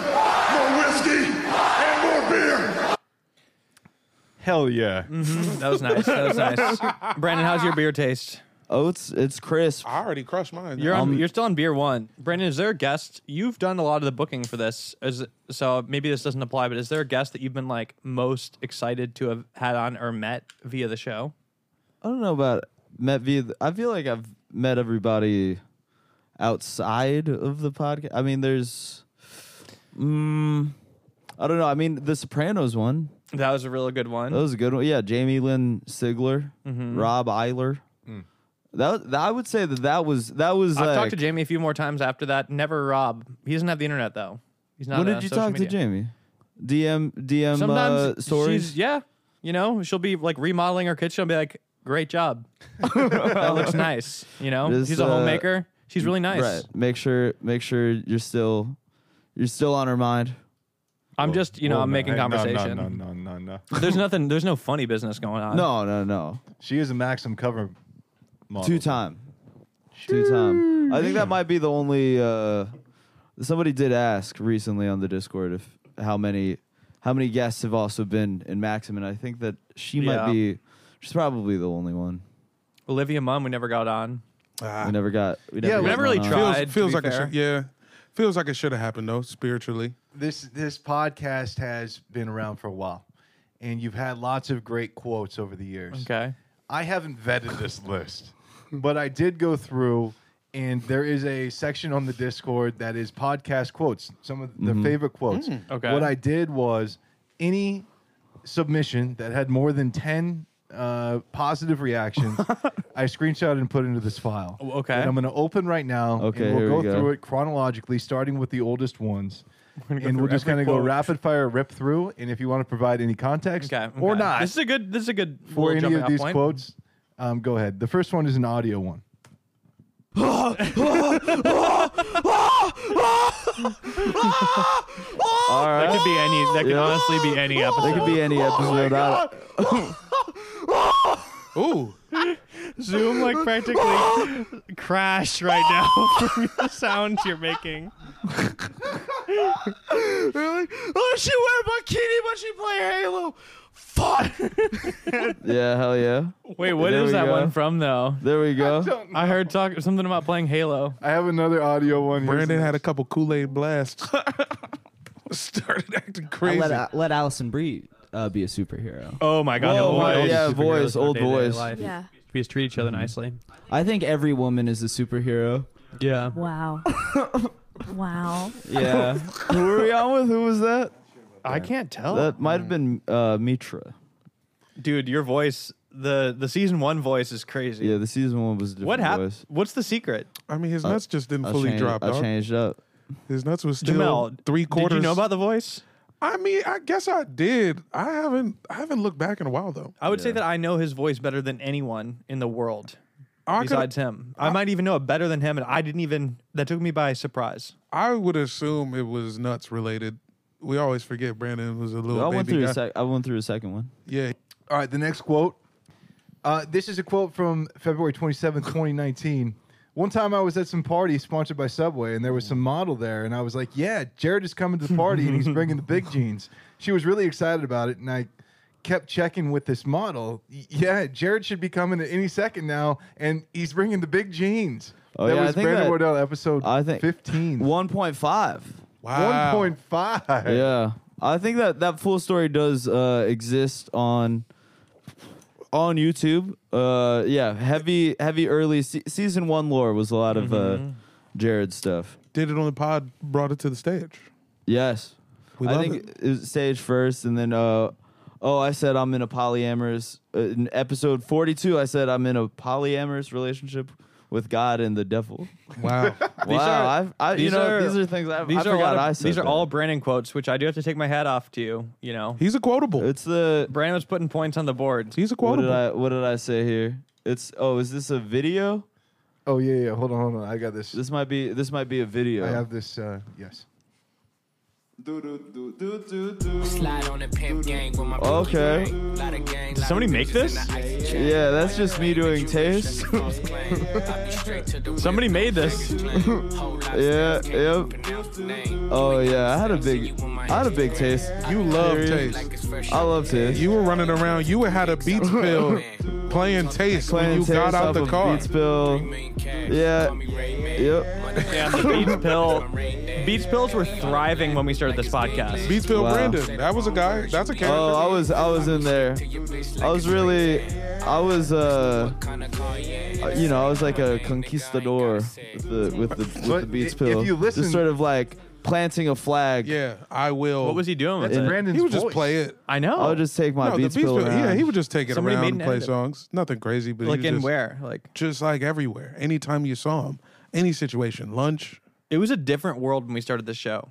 S5: more whiskey, and more beer.
S1: Hell yeah.
S2: Mm-hmm. That was nice. That was
S3: [laughs]
S2: nice. Brandon, how's your beer taste?
S4: Oh, it's it's crisp.
S3: I already crushed mine.
S2: You're
S4: Um,
S2: on, you're still on beer one. Brandon, is there a guest? You've done a lot of the booking for this, is, so maybe this doesn't apply. But is there a guest that you've been like most excited to have had on or met via the show?
S4: I don't know about met via. The, I feel like I've met everybody outside of the podcast. I mean, there's. Mm, I don't know. I mean, the Sopranos one.
S2: That was a really good one.
S4: That was a good one. Yeah, Jamie Lynn Sigler,
S2: Mm-hmm.
S4: Rob Eiler. That, that- I would say that that was that was.
S2: Mm. I've
S4: like,
S2: talked to Jamie a few more times after that. Never Rob. He doesn't have the internet though. He's not.
S4: When
S2: uh,
S4: did you
S2: social
S4: talk
S2: media.
S4: to Jamie? DM DM
S2: Sometimes
S4: uh, stories.
S2: she's yeah. You know, she'll be like remodeling her kitchen. and be like, "Great job. that
S4: [laughs]
S2: looks nice." You know,
S4: This,
S2: she's a
S4: uh,
S2: homemaker. She's really nice.
S4: Right. Make sure make sure you're still you're still on her mind.
S2: I'm just, you know,
S1: Well,
S2: I'm
S1: no,
S2: making
S1: hey, no, no,
S2: conversation.
S1: No, no, no, no, no.
S2: There's nothing. There's no funny business going on.
S4: No, no, no.
S1: She is a Maxim cover model.
S4: Two time. Two time. I think that might be the only uh somebody did ask recently on the Discord if how many how many guests have also been in Maxim and I think that she
S2: Yeah.
S4: might be she's probably the only one.
S2: Olivia Munn, we never got on.
S4: We never got we never,
S1: Yeah,
S4: got
S1: we never
S4: one
S2: really
S4: on.
S2: tried.
S3: Ah, feels
S2: to
S3: feels
S2: be
S3: like it
S2: fair.
S3: should, yeah. Feels like it should have happened though, spiritually.
S1: this this podcast has been around for a while, and you've had lots of great quotes over the years.
S2: Okay.
S1: I haven't vetted this list, but I did go through and there is a section on the Discord that is podcast quotes, some of
S4: Mm-hmm.
S1: their favorite quotes.
S2: Okay.
S1: What I did was any submission that had more than 10 uh, positive reactions, I screenshot and put into this file.
S2: Oh, okay.
S1: That I'm going to open right now.
S4: Okay,
S1: And we'll
S4: here
S1: go,
S4: we go.
S1: through it chronologically, starting with the oldest ones.
S2: go
S1: and we'll
S2: through
S1: just
S2: every
S1: kind of go
S2: quote.
S1: rapid fire rip through. And if you want to provide any context
S2: Okay,
S1: or
S2: okay.
S1: not,
S2: This is a good. This is a good.
S1: for
S2: little
S1: any
S2: jumping
S1: of
S2: off
S1: these
S2: point.
S1: quotes, um, go ahead. The first one is an audio one.
S4: All right.
S7: That could be any. That could honestly be any episode.
S4: It could be any episode. I,
S3: Ooh,
S7: Zoom like practically crashed right now [laughs] from the sounds you're making.
S2: Oh, she wear a bikini, but she play Halo. Fuck.
S4: yeah, hell yeah.
S7: [laughs] Wait, what
S4: There
S7: is
S4: we
S7: that
S4: go.
S7: one from though?
S4: There we go.
S7: I heard talk something about playing Halo.
S1: I have another audio one. Here's
S3: Brandon
S1: the-
S3: had a couple Kool Aid blasts. [laughs] Started acting crazy.
S8: Let, let Allison Brie uh, be a superhero.
S7: Oh my god,
S4: Whoa,
S7: no,
S4: why-
S7: old
S4: yeah,
S7: superheroes
S4: voice,
S7: in our
S4: old
S7: day-to-day
S4: voice.
S7: life.
S9: Yeah.
S7: We just treat each other nicely.
S8: I think every woman is a superhero.
S4: [laughs]
S7: Yeah.
S9: Wow. wow.
S4: Yeah. Who were we on with? Who was that?
S2: I can't tell.
S4: That might have been uh, Mitra.
S2: Dude, your voice, the the season one voice is crazy.
S4: Yeah, the season one was a different
S2: what happened?
S4: voice.
S2: What's the secret?
S3: I mean, his nuts just didn't
S4: I
S3: fully
S4: changed,
S3: drop.
S4: I
S3: dog.
S4: changed up.
S3: His nuts was still
S2: Jamel,
S3: three quarters.
S2: Did you know about the voice?
S3: I mean, I guess I did. I haven't. I haven't looked back in a while though.
S2: I would say that I know his voice better than anyone in the world
S3: I could-
S2: besides him. I, might even know it better than him, and I didn't even. That took me by surprise.
S3: I would assume it was nuts related. We always forget Brandon was a little
S4: I
S3: baby
S4: went through
S3: guy.
S4: a sec- I went through a second one.
S3: yeah,
S1: All right, the next quote. Uh, this is a quote from February 27th, 2019. One time I was at some party sponsored by Subway, and there was some model there, and I was like, Yeah, Jared is coming to the party, and he's bringing the big jeans. She was really excited about it, and I kept checking with this model. "Y- Yeah, Jared should be coming at any second now, and he's bringing the big jeans.
S4: Oh,
S1: that
S4: yeah, I
S1: was
S4: think
S1: Brandon
S4: that-
S1: Wardell, episode
S4: I think
S1: 15.
S4: One point five.
S3: wow.
S1: 1.5.
S4: Yeah, I think that that full story does uh, exist on on YouTube. Uh, yeah, heavy heavy early se- season one lore was a lot of uh,
S2: Mm-hmm.
S4: Jared stuff.
S3: Did it on the pod. Brought it to the stage.
S4: Yes,
S3: We
S4: I
S3: love
S4: think it was stage first, and then uh, oh, I said I'm in a polyamorous. Uh, in episode forty two, I said I'm in a polyamorous relationship with God and the devil.
S3: Wow.
S4: wow, I've, I, you
S2: these
S4: know
S2: are-
S4: these are things I've,
S2: These
S4: I
S2: are a
S4: forgot
S2: lot of-
S4: I said.
S2: These are
S4: that.
S2: all Brandon quotes, which I do have to take my hat off to you. You know,
S3: [laughs] He's a quotable.
S4: It's the
S2: Brandon was putting points on the board.
S3: He's a
S4: What did
S3: quotable.
S4: I what did I say here? It's oh, is this a video?
S1: Oh, yeah, yeah. Hold on, hold on. I got this.
S4: This might be this might be a video.
S1: I have this. Uh, yes.
S10: Slide on the pimp gang with my
S4: Okay.
S10: Did
S2: somebody make this?
S4: Yeah, that's just me doing taste.
S10: somebody made this.
S4: [laughs] Yeah, yep. [laughs] Oh yeah, I had a big I had a big taste.
S3: you love
S4: Period.
S3: taste.
S4: I love taste.
S3: You were running around. You had a
S4: [laughs]
S3: Beats pill playing taste
S4: Playing
S3: when you
S4: taste
S3: got out
S4: off
S3: the
S4: of
S3: car.
S4: Beats Bill. Yeah. Yep.
S2: Yeah, the Beats pill. Beats pills were thriving when we started this podcast.
S3: Beats pill
S4: Wow.
S3: Brandon. That was a guy. That's a character.
S4: Oh, I was I was in there. I was really I was uh you know, I was like a conquistador with the with the, with the
S1: But i-
S4: Beats
S1: if
S4: pill.
S1: you listen-
S4: Just sort of like planting a flag.
S3: yeah, I will.
S2: What was he doing? With
S1: That's
S2: it?
S1: Brandon's
S3: He would just
S1: voice.
S3: play it.
S2: I know.
S4: I would just take my
S3: No,
S4: Beats
S3: the Beats
S4: pill.
S3: pill. Yeah,
S4: around.
S3: he would just take it
S2: Somebody
S3: around
S2: made an
S3: and play
S2: edit.
S3: songs. Nothing crazy, but
S2: like
S3: he
S2: in
S3: just,
S2: where? Like
S3: just like everywhere, anytime you saw him, any situation, lunch
S2: it was a different world when we started this show.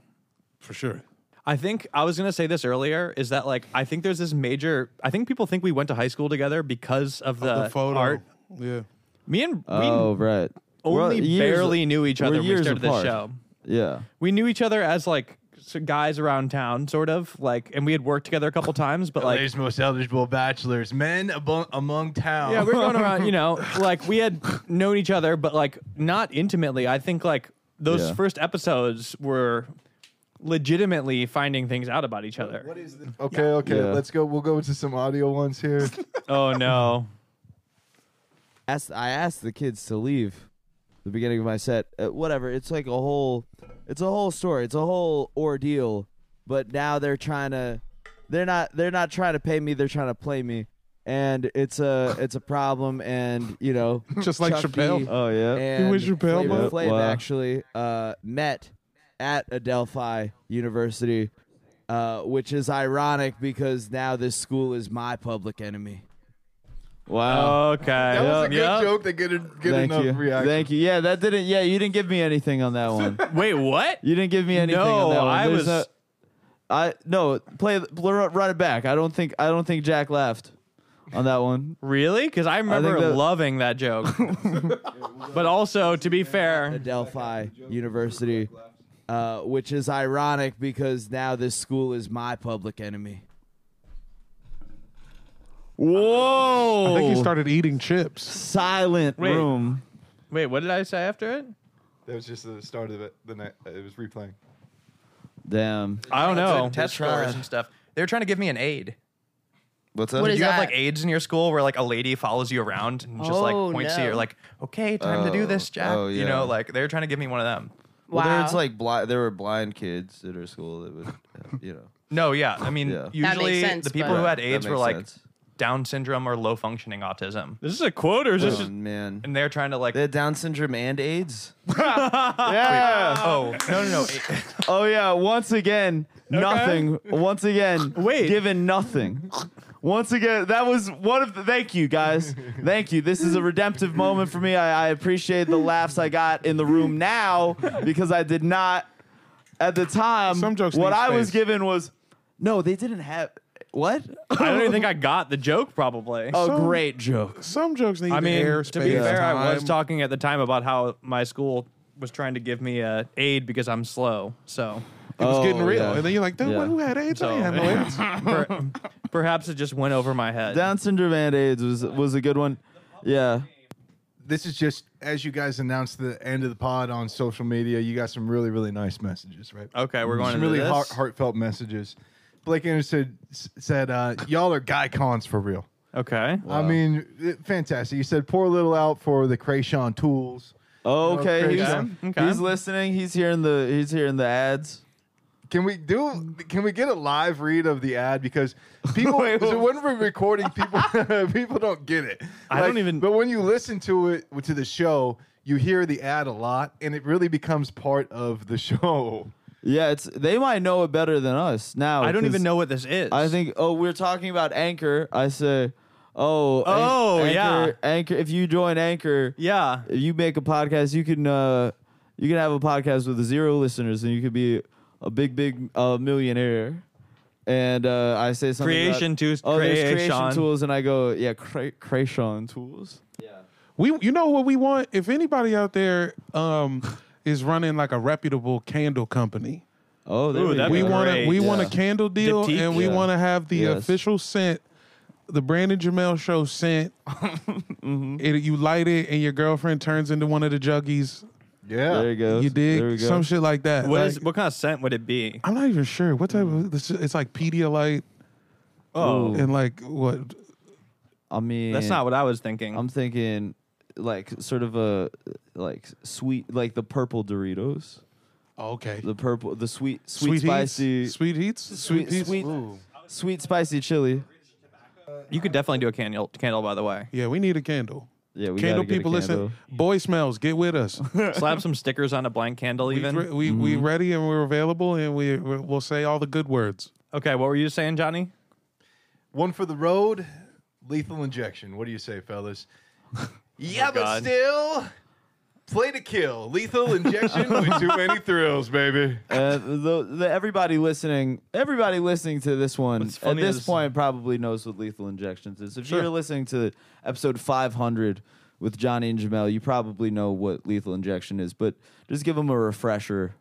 S3: for sure.
S2: I think I was gonna say this earlier is that like I think there's this major. I think people think we went to high school together because of the,
S3: the photo,
S2: art.
S3: yeah.
S2: Me and
S4: Oh,
S2: we
S4: right. We're
S2: only
S4: years-
S2: barely knew each
S4: we're
S2: other when we
S4: years
S2: started
S4: apart.
S2: this show.
S4: Yeah.
S2: We knew each other as like s- guys around town, sort of like, and we had worked together a couple times, but like.
S1: Latest most eligible bachelors, men among, among town.
S2: Yeah, we're
S1: [laughs]
S2: going around, you [laughs] know, like we had known each other, but like not intimately. I think like those
S4: Yeah.
S2: first episodes were legitimately finding things out about each other.
S1: Okay, okay,
S4: Yeah.
S1: let's go. We'll go into some audio ones
S4: [laughs]
S1: here.
S2: Oh no.
S4: Asked, I asked the kids to leave the beginning of my set. Uh, whatever. It's like a whole, it's a whole story. It's a whole ordeal. But now they're trying to, they're not, they're not trying to pay me. They're trying to play me. and it's a it's a problem. And you know,
S3: Just like
S4: Chuck D
S3: Chappelle.
S4: Oh yeah. And
S3: was Chappelle, bro?
S4: Flavor Flav
S3: Wow.
S4: actually uh, met at Adelphi University, uh, which is ironic because now this school is my public enemy.
S8: Wow.
S2: Okay.
S1: That was a good
S2: Yep.
S1: joke that get a, get
S4: Thank
S1: enough
S4: you.
S1: reaction.
S4: Thank you. Yeah, that didn't. Yeah, you didn't give me anything on
S2: [laughs]
S4: that one.
S2: Wait, what?
S4: You didn't give me anything.
S2: No,
S4: on that one.
S2: I
S4: There's
S2: was-
S4: no- I no play the- run run it back. I don't think I don't think Jack left on that one.
S2: Really? Because I remember
S4: that-
S2: loving that joke.
S4: [laughs]
S2: but also, to be fair,
S4: Adelphi University, uh, which is ironic because now this school is my public enemy.
S2: whoa.
S3: I think he started eating chips.
S4: Silent
S2: Wait.
S4: room.
S2: Wait, what did I say after it?
S1: That was just the start of it. The night it was replaying.
S4: Damn.
S2: I don't know.
S4: They're
S2: Test scores
S4: trying.
S2: and stuff. They were trying to give me an aid.
S4: What's
S9: What
S2: Did
S9: is
S2: you have
S9: that?
S2: like aides in your school where like a lady follows you around and just like
S11: Oh,
S2: points to you
S11: no.
S2: like, okay, time to do
S11: Oh,
S2: this, Jack.
S11: oh,
S2: You
S11: yeah.
S2: know, like they're trying to give me one of them.
S9: Wow.
S11: Well, there's like blind. There were blind kids at our school that would, uh, you know.
S2: No, yeah. I mean,
S11: Yeah. That
S2: usually
S9: makes sense,
S2: the people
S9: but-
S2: who had
S11: That
S2: AIDS were
S11: makes
S2: like
S11: sense.
S2: Down syndrome or low functioning autism. This is a quote or is
S11: Oh, man.
S2: And they're trying to like,
S11: They had Down syndrome and
S2: [laughs]
S4: [laughs]
S11: AIDS.
S2: oh no no no. A-
S4: Oh yeah, once again, nothing. Once again,
S3: [laughs]
S2: Wait.
S4: given nothing. Once again, that was one of the. Thank you guys. Thank you. This is a redemptive moment for me. I, I appreciate the laughs I got in the room now because I did not at the time.
S3: Some jokes
S4: What
S3: need
S4: I was
S3: space.
S4: given was no. They didn't have what?
S2: I don't even
S4: [laughs]
S2: think I got the joke. Probably.
S4: A
S3: Some-
S4: great joke.
S3: Some jokes need
S2: I mean,
S3: air,
S2: to be
S3: space,
S2: fair, I was
S3: time.
S2: talking at the time about how my school was trying to give me a aid because I'm slow. So
S3: It was
S4: Oh,
S3: getting real,
S4: yeah.
S3: and then you're like, "Dude,
S4: Yeah.
S3: who had AIDS? I
S2: So-
S3: ain't had no AIDS."
S2: [laughs] per- perhaps it just went over my head.
S4: Down syndrome and AIDS was was a good one. Yeah.
S1: This is just as you guys announced the end of the pod on social media. You got some really really nice messages, right?
S4: Oh,
S2: okay, we're going
S1: Some
S2: to
S1: really
S2: this.
S1: heart, heartfelt messages. Blake Anderson s- said, uh, "Y'all are guy cons for real."
S2: Okay.
S1: I mean, it- fantastic. You said, "Poor little out for the Krayshawn tools."
S3: Oh,
S4: Okay.
S1: Okay.
S4: He's,
S2: Okay.
S4: he's listening. He's hearing the he's hearing the ads.
S1: Can we do? Can we get a live read of the ad because people so when we're recording, people [laughs] people don't get it.
S2: I don't even-
S1: But when you listen to it to the show, you hear the ad a lot, and it really becomes part of the [laughs] show.
S4: Yeah, it's they might know it better than us now.
S2: I don't
S4: 'cause
S2: even know what this is.
S4: I think oh, we're talking about Anchor. I say, oh, An-
S2: Oh,
S4: Anchor,
S2: yeah.
S4: Anchor. If you join Anchor,
S2: Yeah.
S4: if you make a podcast, you can uh, you can have a podcast with zero listeners, and you could be a big, big uh, millionaire. And uh, I say something about-
S2: Creation tools-
S4: Oh, there's creation
S2: creation.
S4: tools, and I go, yeah, cre- creation tools.
S3: We, you know what we want? If anybody out there um, is running like a reputable candle company,
S4: Oh, there
S2: Ooh, that'd
S3: we
S2: be
S4: go.
S3: want
S2: Great.
S3: to we want a
S4: Yeah.
S3: candle deal,
S2: Diptyque?
S3: and we
S4: Yeah.
S3: want to have the
S4: Yes.
S3: official scent, the Brandon Jamel show scent.
S2: [laughs] Mm-hmm.
S3: It- you light it, and your girlfriend turns into one of the juggies.
S1: Yeah,
S4: There you go.
S3: You
S4: There we
S3: dig
S4: go.
S3: some shit like that.
S2: What
S3: Like,
S2: is? What kind of scent would it be?
S3: I'm not even sure what type of it's, it's like Pedialyte
S2: Oh,
S3: and like what
S4: I mean,
S2: that's not what I was thinking.
S4: I'm thinking like sort of a like sweet like the purple Doritos.
S3: okay
S4: The purple the sweet sweet,
S3: sweet
S4: spicy
S3: heats sweet heats
S4: sweet
S3: heats?
S4: sweet, sweet spicy chili.
S2: you could definitely do a candle. Candle, by the way.
S3: Yeah, we need a candle.
S4: Yeah, we
S3: candle
S4: gotta get a
S3: people,
S4: candle.
S3: listen. Boy smells, get with
S4: [laughs]
S3: us.
S2: Slap some stickers on a blank candle,
S3: we,
S2: even.
S3: re- we, we
S4: Mm-hmm.
S3: ready and we're available and we we- we'll say all the good words.
S2: Okay, what were you saying, Johnny?
S1: one for the road, lethal injection. What do you say, fellas? yeah, but
S2: God.
S1: still, play to kill, lethal injection with too many thrills, baby.
S4: Uh, the, the everybody listening, everybody listening to this one
S2: What's
S4: at
S2: funny
S4: this
S2: is-
S4: point probably knows what lethal injections is. If you're listening to episode 500 with Johnny and Jamel, you probably know what lethal injection is. But just give them a refresher.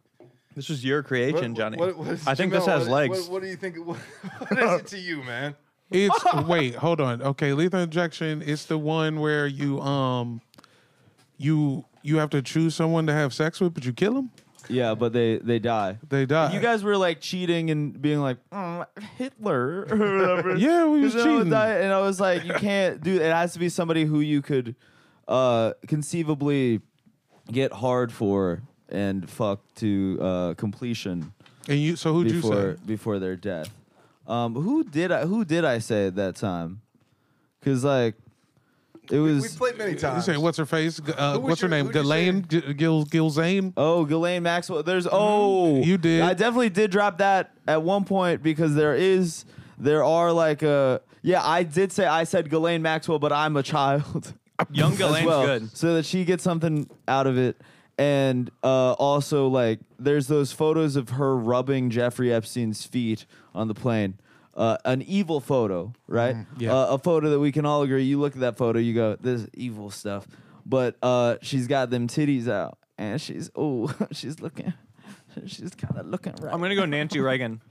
S2: This was your creation, Johnny.
S1: What- what is-
S2: I think this
S1: Jamel,
S2: has
S1: what-
S2: legs.
S1: What, what do you think? [laughs] What, what is it to you, man?
S4: [laughs]
S3: It's wait, hold on. Okay, lethal injection. It's the one where you um you you have to choose someone to have sex with, but you kill them.
S4: Yeah, but they they die.
S3: They die.
S4: You guys were like cheating and being like "Mm, Hitler or
S3: [laughs]
S4: whatever.
S3: Yeah,
S4: [laughs]
S3: we was
S4: Because then I
S3: cheating.
S4: die- and I was like, you can't do. It has to be somebody who you could uh, conceivably get hard for and fuck to uh, completion
S3: and you. So who'd you
S4: before
S3: say?
S4: before their death. Um, who did I? Who did I say at that time? because like it was.
S1: We've played many times.
S3: You say what's her face? Uh,
S4: Who was
S3: what's her
S4: your-
S3: name?
S4: who'd you say?
S3: Ghislaine G- Gil Gilzane.
S4: Oh, Ghislaine Maxwell. There's oh,
S3: Mm-hmm. you did.
S4: I definitely did drop that at one point because there is there are like a yeah. I did say I said Ghislaine Maxwell, but I'm a child.
S2: Young
S4: as
S2: Ghislaine's good.
S4: so that she gets something out of it. And uh, also like there's those photos of her rubbing Jeffrey Epstein's feet on the plane. Uh, an evil photo, right?
S3: Mm-hmm. yeah.
S4: Uh, a photo that we can all agree. You look at that photo, you go, "This is evil stuff." But uh, she's got them titties out, and she's oh, [laughs] she's looking, she's kind of looking right.
S2: I'm gonna go Nancy Reagan.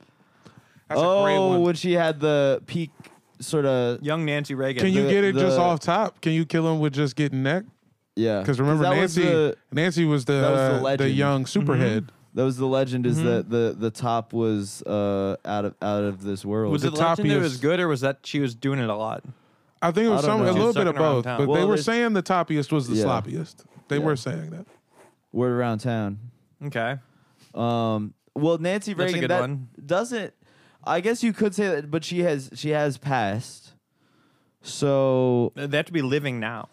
S3: That's
S4: oh,
S3: a great one.
S4: when she had the peak sort of
S2: Young Nancy Reagan.
S3: Can you
S4: the-
S3: get it just
S4: the-
S3: off top? Can you kill him with just getting neck?
S4: yeah.
S3: Because remember,
S4: that was
S3: Nancy,
S4: the-
S3: Nancy was the
S4: that was the
S3: uh, the,
S4: legend.
S3: young superhead.
S4: that was the legend.
S2: Mm-hmm.
S4: Is that the the top was uh, out of out of this world?
S2: was
S3: the
S2: it legend that it
S3: toppiest-
S2: was good or was that she was doing it a lot?
S3: I think it was
S4: I don't
S3: some
S4: know.
S3: a
S4: She
S3: little
S2: was
S3: bit of
S2: sucking around
S3: both,
S2: town.
S3: but
S4: Well,
S3: they were
S4: there's-
S3: saying the toppiest was the
S4: Yeah.
S3: sloppiest. They
S4: Yeah.
S3: were saying that.
S4: Word around town.
S2: Okay.
S4: Um, well, Nancy
S2: That's a
S4: Reagan
S2: good
S4: that
S2: one.
S4: doesn't. I guess you could say that, but she has she has passed. So
S2: They have to be living now.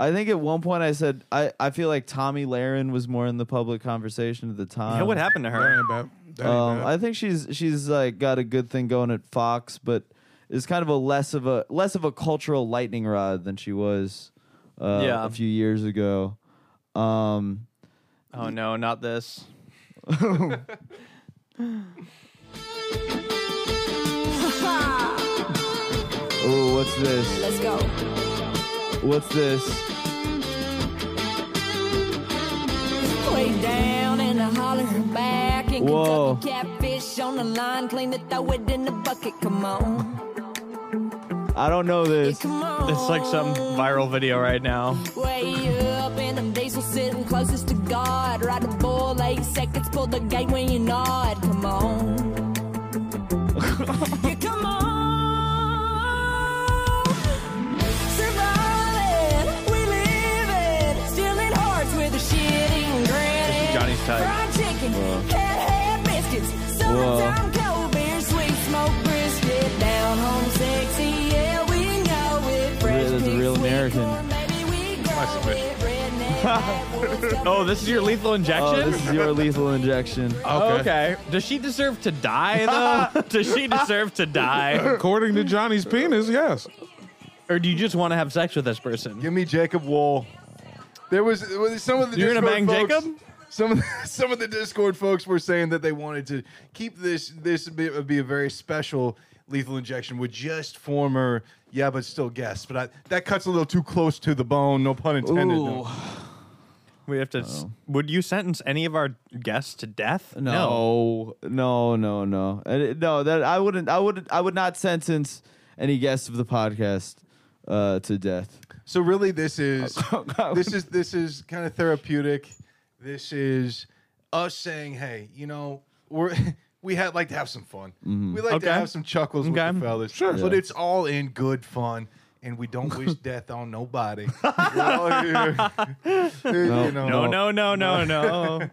S4: I think at one point I said I, I feel like Tommy Lahren was more in the public conversation at the time.
S2: yeah, what happened to
S3: That
S2: her?
S3: ain't bad. That ain't
S4: Um,
S3: bad.
S4: I think she's she's like got a good thing going at Fox, but is kind of a less of a less of a cultural lightning rod than she was uh,
S2: Yeah.
S4: a few years ago. Um,
S2: Oh no, not this.
S12: Ah,
S4: oh, what's this?
S9: Let's go.
S4: What's this?
S12: Way down in the holler back in
S4: Whoa.
S12: Kentucky, catfish on the line, clean it, throw it in the bucket. Come on,
S4: I don't know this.
S12: come on.
S2: It's like some viral video right now.
S12: Way up in them diesel, sitting closest to God. Ride the bull eight seconds, pull the gate when you nod. Come on, yeah, come on. Survive it, we live it. Stealing hearts with a shitting granny.
S2: Johnny's tight.
S12: Fried chicken, cat hair biscuits, summertime cold beer, sweet smoke brisket, down home sexy, yeah, we know it. Fresh
S4: That's a
S12: pig
S4: real
S12: sweet
S4: American.
S12: corn, baby, we grow it. Redneck backwoods stuff.
S2: [laughs] Oh, this is your lethal injection?
S4: Oh, this is your lethal
S2: [laughs]
S4: injection.
S2: okay. Does she deserve to die [laughs] though? Does she deserve to die?
S3: According to
S4: [laughs]
S3: Johnny's penis, yes.
S2: Or do you just want to have sex with this person?
S1: Give me Jacob Wool. There was was some of the
S2: You're gonna
S1: Discord
S2: bang
S1: folks-
S2: Jacob?
S1: Some of the, [laughs] some of the Discord folks were saying that they wanted to keep this this be, would be a very special lethal injection with just former yeah but still guests but I, that cuts a little too close to the bone no pun intended though.
S2: We have to. s Would you sentence any of our guests to death?
S4: No, no, no, no, And it- no. That I wouldn't. I would. I would not sentence any guest of the podcast uh, to death.
S1: so really this
S2: [laughs]
S1: is
S2: Oh,
S1: this is this is kind of therapeutic this is us saying hey you know we're [laughs] we had like to have some fun we like to
S2: Mm-hmm. Okay.
S1: have some chuckles with
S2: Okay.
S1: the fellas
S3: Sure.
S1: but
S4: Yeah.
S1: it's all in good fun and we don't
S2: [laughs]
S1: wish death on nobody We're all here. [laughs] you know,
S2: No, no, no, no, no.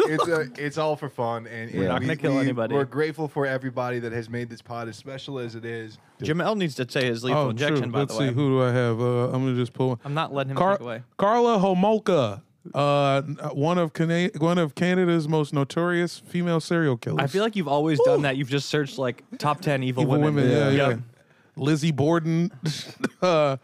S1: it's uh
S2: [laughs]
S1: it's all for fun and we're
S4: not
S2: gonna kill anybody.
S1: we're grateful for everybody that has made this pod as special as it is
S2: Jamel needs to say his lethal
S3: Oh,
S2: injection,
S3: true.
S2: by
S3: Let's
S2: the way.
S3: see. Who do I have? Uh, I'm gonna just pull. One.
S2: I'm not letting him
S3: Car-
S2: take away.
S3: Carla Homolka, uh, one of Cana- one of Canada's most notorious female serial killers.
S2: I feel like you've always done that. You've just searched like top 10 evil,
S3: Evil women. Yeah, yeah.
S2: Yep.
S3: Lizzie Borden, [laughs] uh,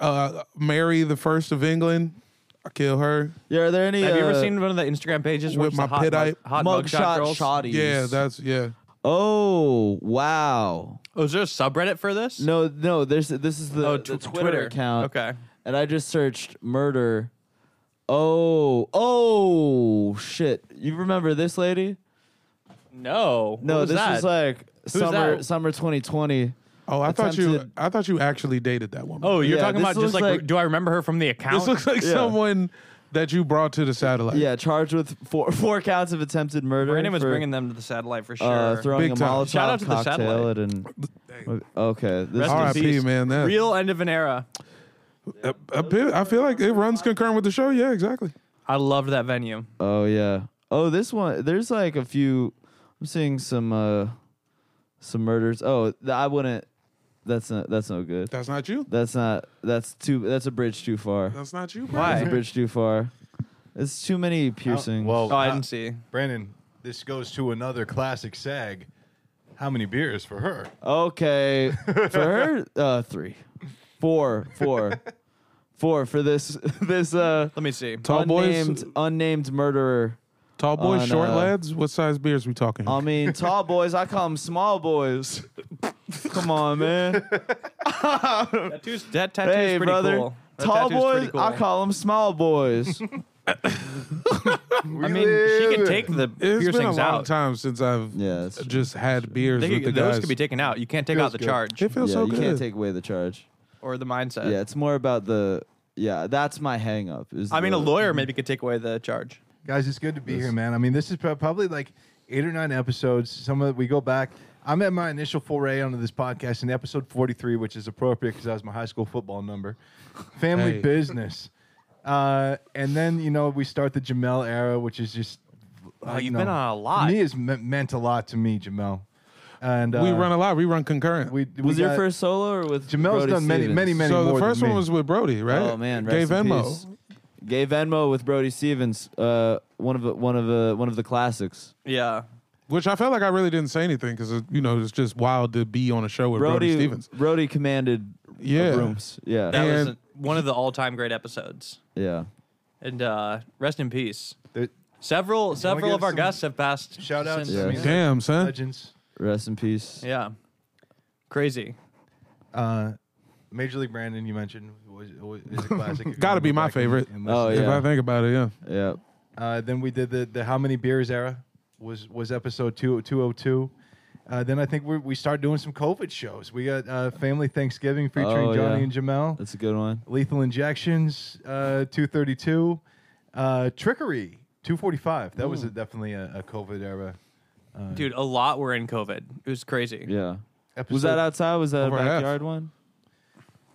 S3: uh, Mary the First of England. I kill her.
S4: Yeah. Are there any?
S2: Have you ever
S4: uh,
S2: seen one of the Instagram pages where
S3: With
S2: it's the
S3: my
S2: hot, mug,
S3: Piddite
S2: hot mugshot
S4: mugshot
S2: girls?
S4: shotties?
S3: Yeah, that's yeah.
S4: Oh wow.
S2: Oh, is there a subreddit for this?
S4: No, no. There's this is the,
S2: Oh,
S4: the
S2: tw-
S4: Twitter,
S2: Twitter.
S4: account.
S2: Okay.
S4: And I just searched murder. Oh, oh shit! You remember this lady?
S2: No.
S4: No,
S2: What was
S4: this
S2: that?
S4: was like summer
S2: that?
S4: summer 2020.
S3: Oh, I thought you.
S4: Attempted-
S3: I thought you actually dated that woman.
S2: Oh, you're
S4: Yeah,
S2: talking
S4: this
S2: about
S4: looks
S2: just like,
S4: like-
S2: do I remember her from the account?
S3: this looks like
S4: Yeah.
S3: someone that you brought to the satellite.
S4: Yeah, charged with four [laughs] four counts of attempted murder.
S2: Brandon was
S4: for-
S2: bringing them to the satellite for sure.
S4: uh, throwing
S3: Big
S4: a
S3: time.
S4: Molotov
S2: Shout out to the
S4: cocktail
S2: satellite.
S4: at an. Okay, this
S2: Rest in
S4: is-
S3: R.I.P.
S2: peace.
S3: man, that-
S2: Real end of an era.
S3: I, I feel- I feel like it runs concurrent with the show. Yeah, exactly.
S2: I loved that venue.
S4: oh yeah. Oh, this one. There's like a few. I'm seeing some uh, some murders. Oh, th- I wouldn't. That's not. That's no good.
S3: That's not you.
S4: That's not. That's too. That's a bridge too far.
S3: That's not you.
S2: Why?
S4: That's a bridge too far. It's too many piercings.
S2: well, Oh, I
S1: Uh,
S2: didn't see.
S1: Brandon, this goes to another classic sag. How many beers for her?
S2: [laughs]
S4: Okay, for her, uh, three, four, four, four for this. [laughs] This. Uh,
S2: Let me see.
S3: Tall boys-
S4: unnamed, unnamed murderer.
S3: Tall boys,
S4: on,
S3: short
S4: uh, um,
S3: lads. What size beers we talking?
S4: I mean, tall boys. I call them small boys. Come on, man.
S2: Tattoos, that tattoo is pretty cool. That
S4: Tall
S2: tattoo's pretty
S4: boys, I
S2: cool.
S4: call them small [laughs] boys.
S2: I mean, she can
S3: It's
S2: take the
S3: been a
S2: piercings
S3: long
S2: out.
S3: time since I've just had beers
S2: They
S3: with
S2: could-
S3: the
S2: those
S3: guys.
S2: could be taken out. You can't take
S3: Feels
S2: out the
S3: good.
S2: charge.
S3: It feels
S4: yeah,
S3: so
S4: you
S3: good.
S4: can't take away the charge.
S2: or the mindset.
S4: Yeah, it's more about the. Yeah, that's my hang up. Is
S2: I mean, a
S4: the-
S2: lawyer maybe could take away the charge.
S1: Guys, it's good to be here, man. I mean, this is prob- probably like eight or nine episodes. Some of it, we go back. I'm at my initial foray onto this podcast in episode 43, which is appropriate because that was my high school football number. Family
S3: Hey.
S1: business. Uh, and then, you know, we start the Jamel era, which is just. I
S2: Wow, you've
S1: don't
S2: been
S1: know.
S2: on a lot.
S1: To me, it's me- meant a lot to me, Jamel. And
S3: we
S1: uh,
S3: run a lot. We run concurrent.
S1: We, we
S4: Was your
S1: got-
S4: first solo or with
S1: Jamel's
S4: Brody
S1: done many,
S4: Stevens?
S1: many, many more
S3: so
S1: than
S3: the first one
S1: me.
S3: was with Brody, right?
S4: Oh man,
S3: Dave
S4: rest in
S3: Enmo.
S4: peace. Gay Venmo with Brody Stevens. Uh, one of the, one of the, one of the classics.
S2: Yeah.
S3: Which I felt like I really didn't say anything because you know it's just wild to be on a show with Brody,
S4: Brody
S3: Stevens.
S4: Brody commanded
S3: Yeah.
S4: rooms. Yeah,
S2: That was
S3: And-
S2: a- one of the all-time great episodes.
S4: yeah.
S2: And uh, rest in peace.
S1: There-
S2: Several several
S1: give
S2: of our
S1: some
S2: guests have passed.
S1: Shout outs.
S2: since-
S1: I mean,
S3: Damn, son.
S1: Legends.
S4: Rest in peace.
S2: Yeah. Crazy.
S1: Uh, Major League Brandon, you mentioned, was, was, is a
S3: [laughs]
S1: classic. If you
S3: Got
S1: wanna
S3: to be
S1: go
S3: my
S1: back and-
S3: favorite.
S1: and
S4: Oh,
S1: listen.
S3: If
S4: yeah.
S3: I think about it, yeah.
S4: Yeah.
S1: Uh, then we did the, the How Many Beers era was was episode two, 202. Uh, then I think we we started doing some COVID shows. We got uh, Family Thanksgiving featuring
S4: Oh,
S1: Johnny
S4: yeah.
S1: and Jamel,
S4: That's a good one.
S1: Lethal Injections, uh, 232, uh, Trickery, 245. That was a, definitely a, a COVID era.
S2: Dude, a lot were in COVID. It was crazy.
S4: Yeah.
S1: Episode.
S4: Was that outside? Was that a
S3: Over half.
S4: backyard one?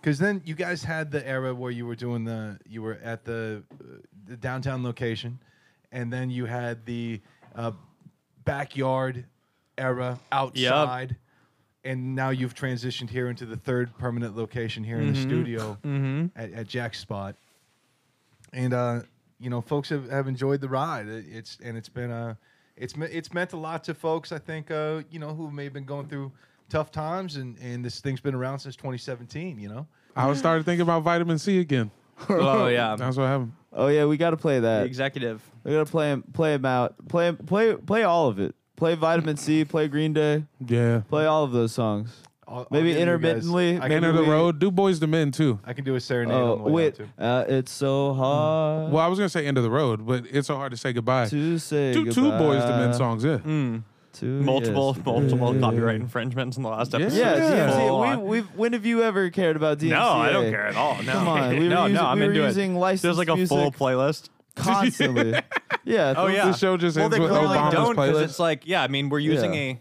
S1: Because then you guys had the era where you were doing the you were at the, uh, the downtown location, and then you had the uh, backyard era outside, and now you've transitioned here into the third permanent location here in the studio at, at Jack's spot. And uh, you know, folks have, have enjoyed the ride. It- It's and it's been uh, it's me- it's meant a lot to folks. I think uh, you know who may have been going through tough times, and and this thing's been around since 2017. You know.
S3: I was started thinking about vitamin C again.
S4: [laughs]
S2: Oh yeah.
S3: That's what happened.
S4: Oh yeah, we got to play
S2: The
S4: that.
S2: executive.
S4: We got to play him, play him out. Play play play all of it. Play Vitamin C. Play Green Day.
S3: Yeah.
S4: Play all of those songs.
S1: I'll- I'll give
S4: Maybe
S1: you guys-
S4: intermittently.
S1: I Uh-huh. can
S3: Man of
S1: do
S3: the
S1: a-
S3: road. Do boys to men too.
S1: I can do a serenade.
S4: Oh
S1: on the way
S4: wait,
S1: down, too.
S4: uh, it's so hard
S3: Well, I was gonna say end of the road, but it's so hard to say goodbye.
S4: to say
S3: Two, two boys to men
S4: goodbye
S3: songs. Yeah.
S4: to
S2: Multiple
S4: yesterday.
S2: multiple copyright infringements in the last episode.
S4: Yeah,
S3: Yeah.
S4: DMCA.
S2: Full on.
S4: We, we, when have you ever cared about DMCA?
S2: No, I don't care at all. [laughs] No.
S4: Come on, we were
S2: no,
S4: using-
S2: no, I'm
S4: we were
S2: into
S4: using
S2: it. There's like a
S4: licensed
S2: full
S4: music.
S2: playlist. [laughs]
S4: Constantly. yeah.
S2: Oh yeah.
S3: The show just
S2: well,
S3: ends
S2: they
S3: with
S2: clearly
S3: Obama's
S2: don't
S3: playlist.
S2: it's like yeah. I mean, we're using
S4: Yeah.
S2: a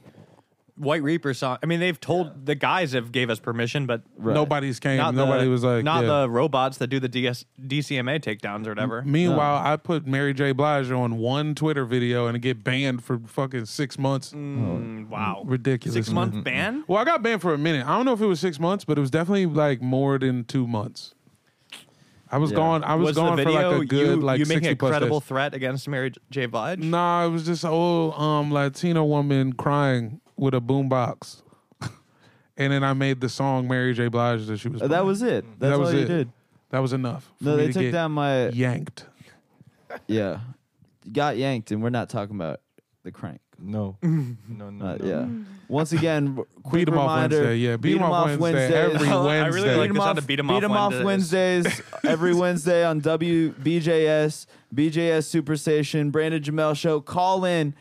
S2: White Reaper song. I mean, they've told the guys have gave us permission, but
S4: Right.
S3: Nobody's came.
S2: not
S3: Nobody
S2: the,
S3: was like.
S2: not
S3: yeah.
S2: the robots that do the DS, DCMA takedowns or whatever.
S3: Meanwhile, I put Mary J. Blige on one Twitter video and get banned for fucking six months.
S2: Mm, wow,
S3: Ridiculous.
S2: Six
S3: man.
S2: month ban.
S3: Well, I got banned for a minute. I don't know if it was six months, but it was definitely like more than two months. I was
S4: Yeah.
S3: gone. I was,
S2: the
S3: gone for like
S2: video
S3: a good
S2: you,
S3: like
S2: you making
S3: sixty
S2: a
S3: plus
S2: credible
S3: days.
S2: threat against Mary J. Blige?
S3: Nah, it was just an old um, Latino woman crying with a boombox, [laughs] and then I made the song Mary J. Blige that she was.
S4: Uh,
S3: playing.
S4: That was it. That's
S3: Mm-hmm. that was
S4: all
S3: it.
S4: you did.
S3: That was enough. for
S4: No,
S3: me
S4: they
S3: to
S4: took
S3: get
S4: down my
S3: yanked.
S4: yeah. Got yanked, and we're not talking about the crank.
S2: [laughs]
S1: No, no, no.
S4: [laughs] Uh,
S1: no.
S4: yeah. Once again, r- quick
S3: Beat 'em off
S4: reminder,
S3: Wednesday. Yeah, beat 'em off Wednesday.
S4: [laughs]
S3: Every
S2: I really
S3: Wednesday.
S2: like the
S4: Beat 'em
S2: sound of beat 'em off
S4: Beat 'em
S2: Wednesdays.
S4: Wednesdays
S2: [laughs]
S4: every Wednesday on WBJS, BJS Superstation, Brandon Jamel Show. Call in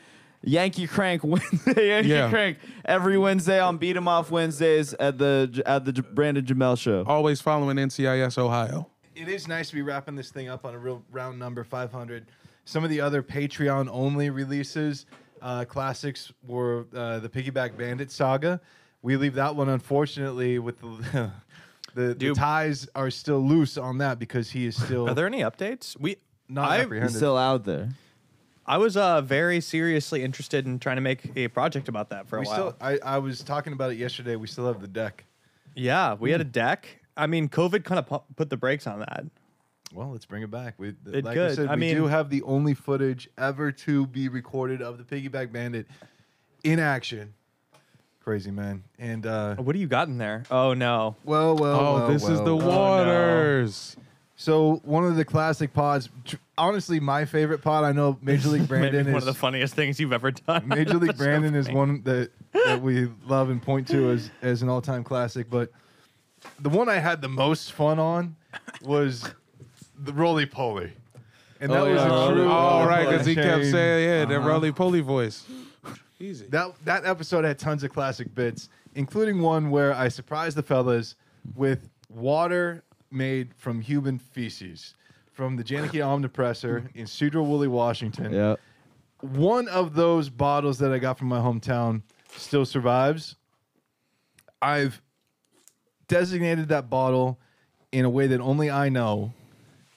S4: Yankee Crank Wednesday, [laughs] Yankee
S3: Yeah.
S4: Crank every Wednesday on Beat 'em Off Wednesdays at the at the J- Brandon Jamel Show.
S1: Oh,
S3: Always following NCIS Ohio.
S1: It is nice to be wrapping this thing up on a real round number 500. Some of the other Patreon only releases, uh, classics were uh, the Piggyback Bandit saga. We leave that one, unfortunately, with the. [laughs] The, the
S2: Dude.
S1: ties are still loose on that because he
S2: [laughs]
S1: is still
S2: Are there any updates? We
S1: not
S2: I-
S1: apprehended.
S4: He's still out there.
S2: I was uh, very seriously interested in trying to make a project about that for a
S1: we
S2: while.
S1: still, I, I was talking about it yesterday. We still have the deck.
S2: Yeah, we
S1: Hmm.
S2: had a deck. I mean, COVID kind of pu- put the brakes on that.
S11: Well, let's bring it back. We,
S2: It
S11: like I
S2: could.
S11: said,
S2: I
S11: we
S2: mean-
S11: do have the only footage ever to be recorded of the piggyback bandit in action.
S1: Crazy man. And uh,
S2: what do you got in there? Oh no.
S11: Well, well.
S3: Oh,
S11: well,
S3: this is
S11: well,
S3: the
S11: well.
S3: waters.
S1: So one of the classic pods. tr-
S11: Honestly, my favorite pod. I know Major League Brandon
S2: [laughs] Maybe one
S11: is
S2: of the funniest things you've ever [laughs] done.
S1: Major League
S2: That's so
S1: Brandon is
S2: funny.
S1: one that, that we love and point to as, as an all time classic. But the one I had the most fun on was the roly poly. And that
S3: oh,
S1: was a true.
S3: all right, because he kept
S1: shame. Uh-huh.
S3: saying, yeah, that roly poly voice. Easy.
S1: That that episode had tons of classic bits, including one where I surprised the fellas with water made from human feces from the Janicki Omnipressor in Cedar Woolley, Washington.
S4: Yep.
S1: One of those bottles that I got from my hometown still survives. I've designated that bottle in a way that only I know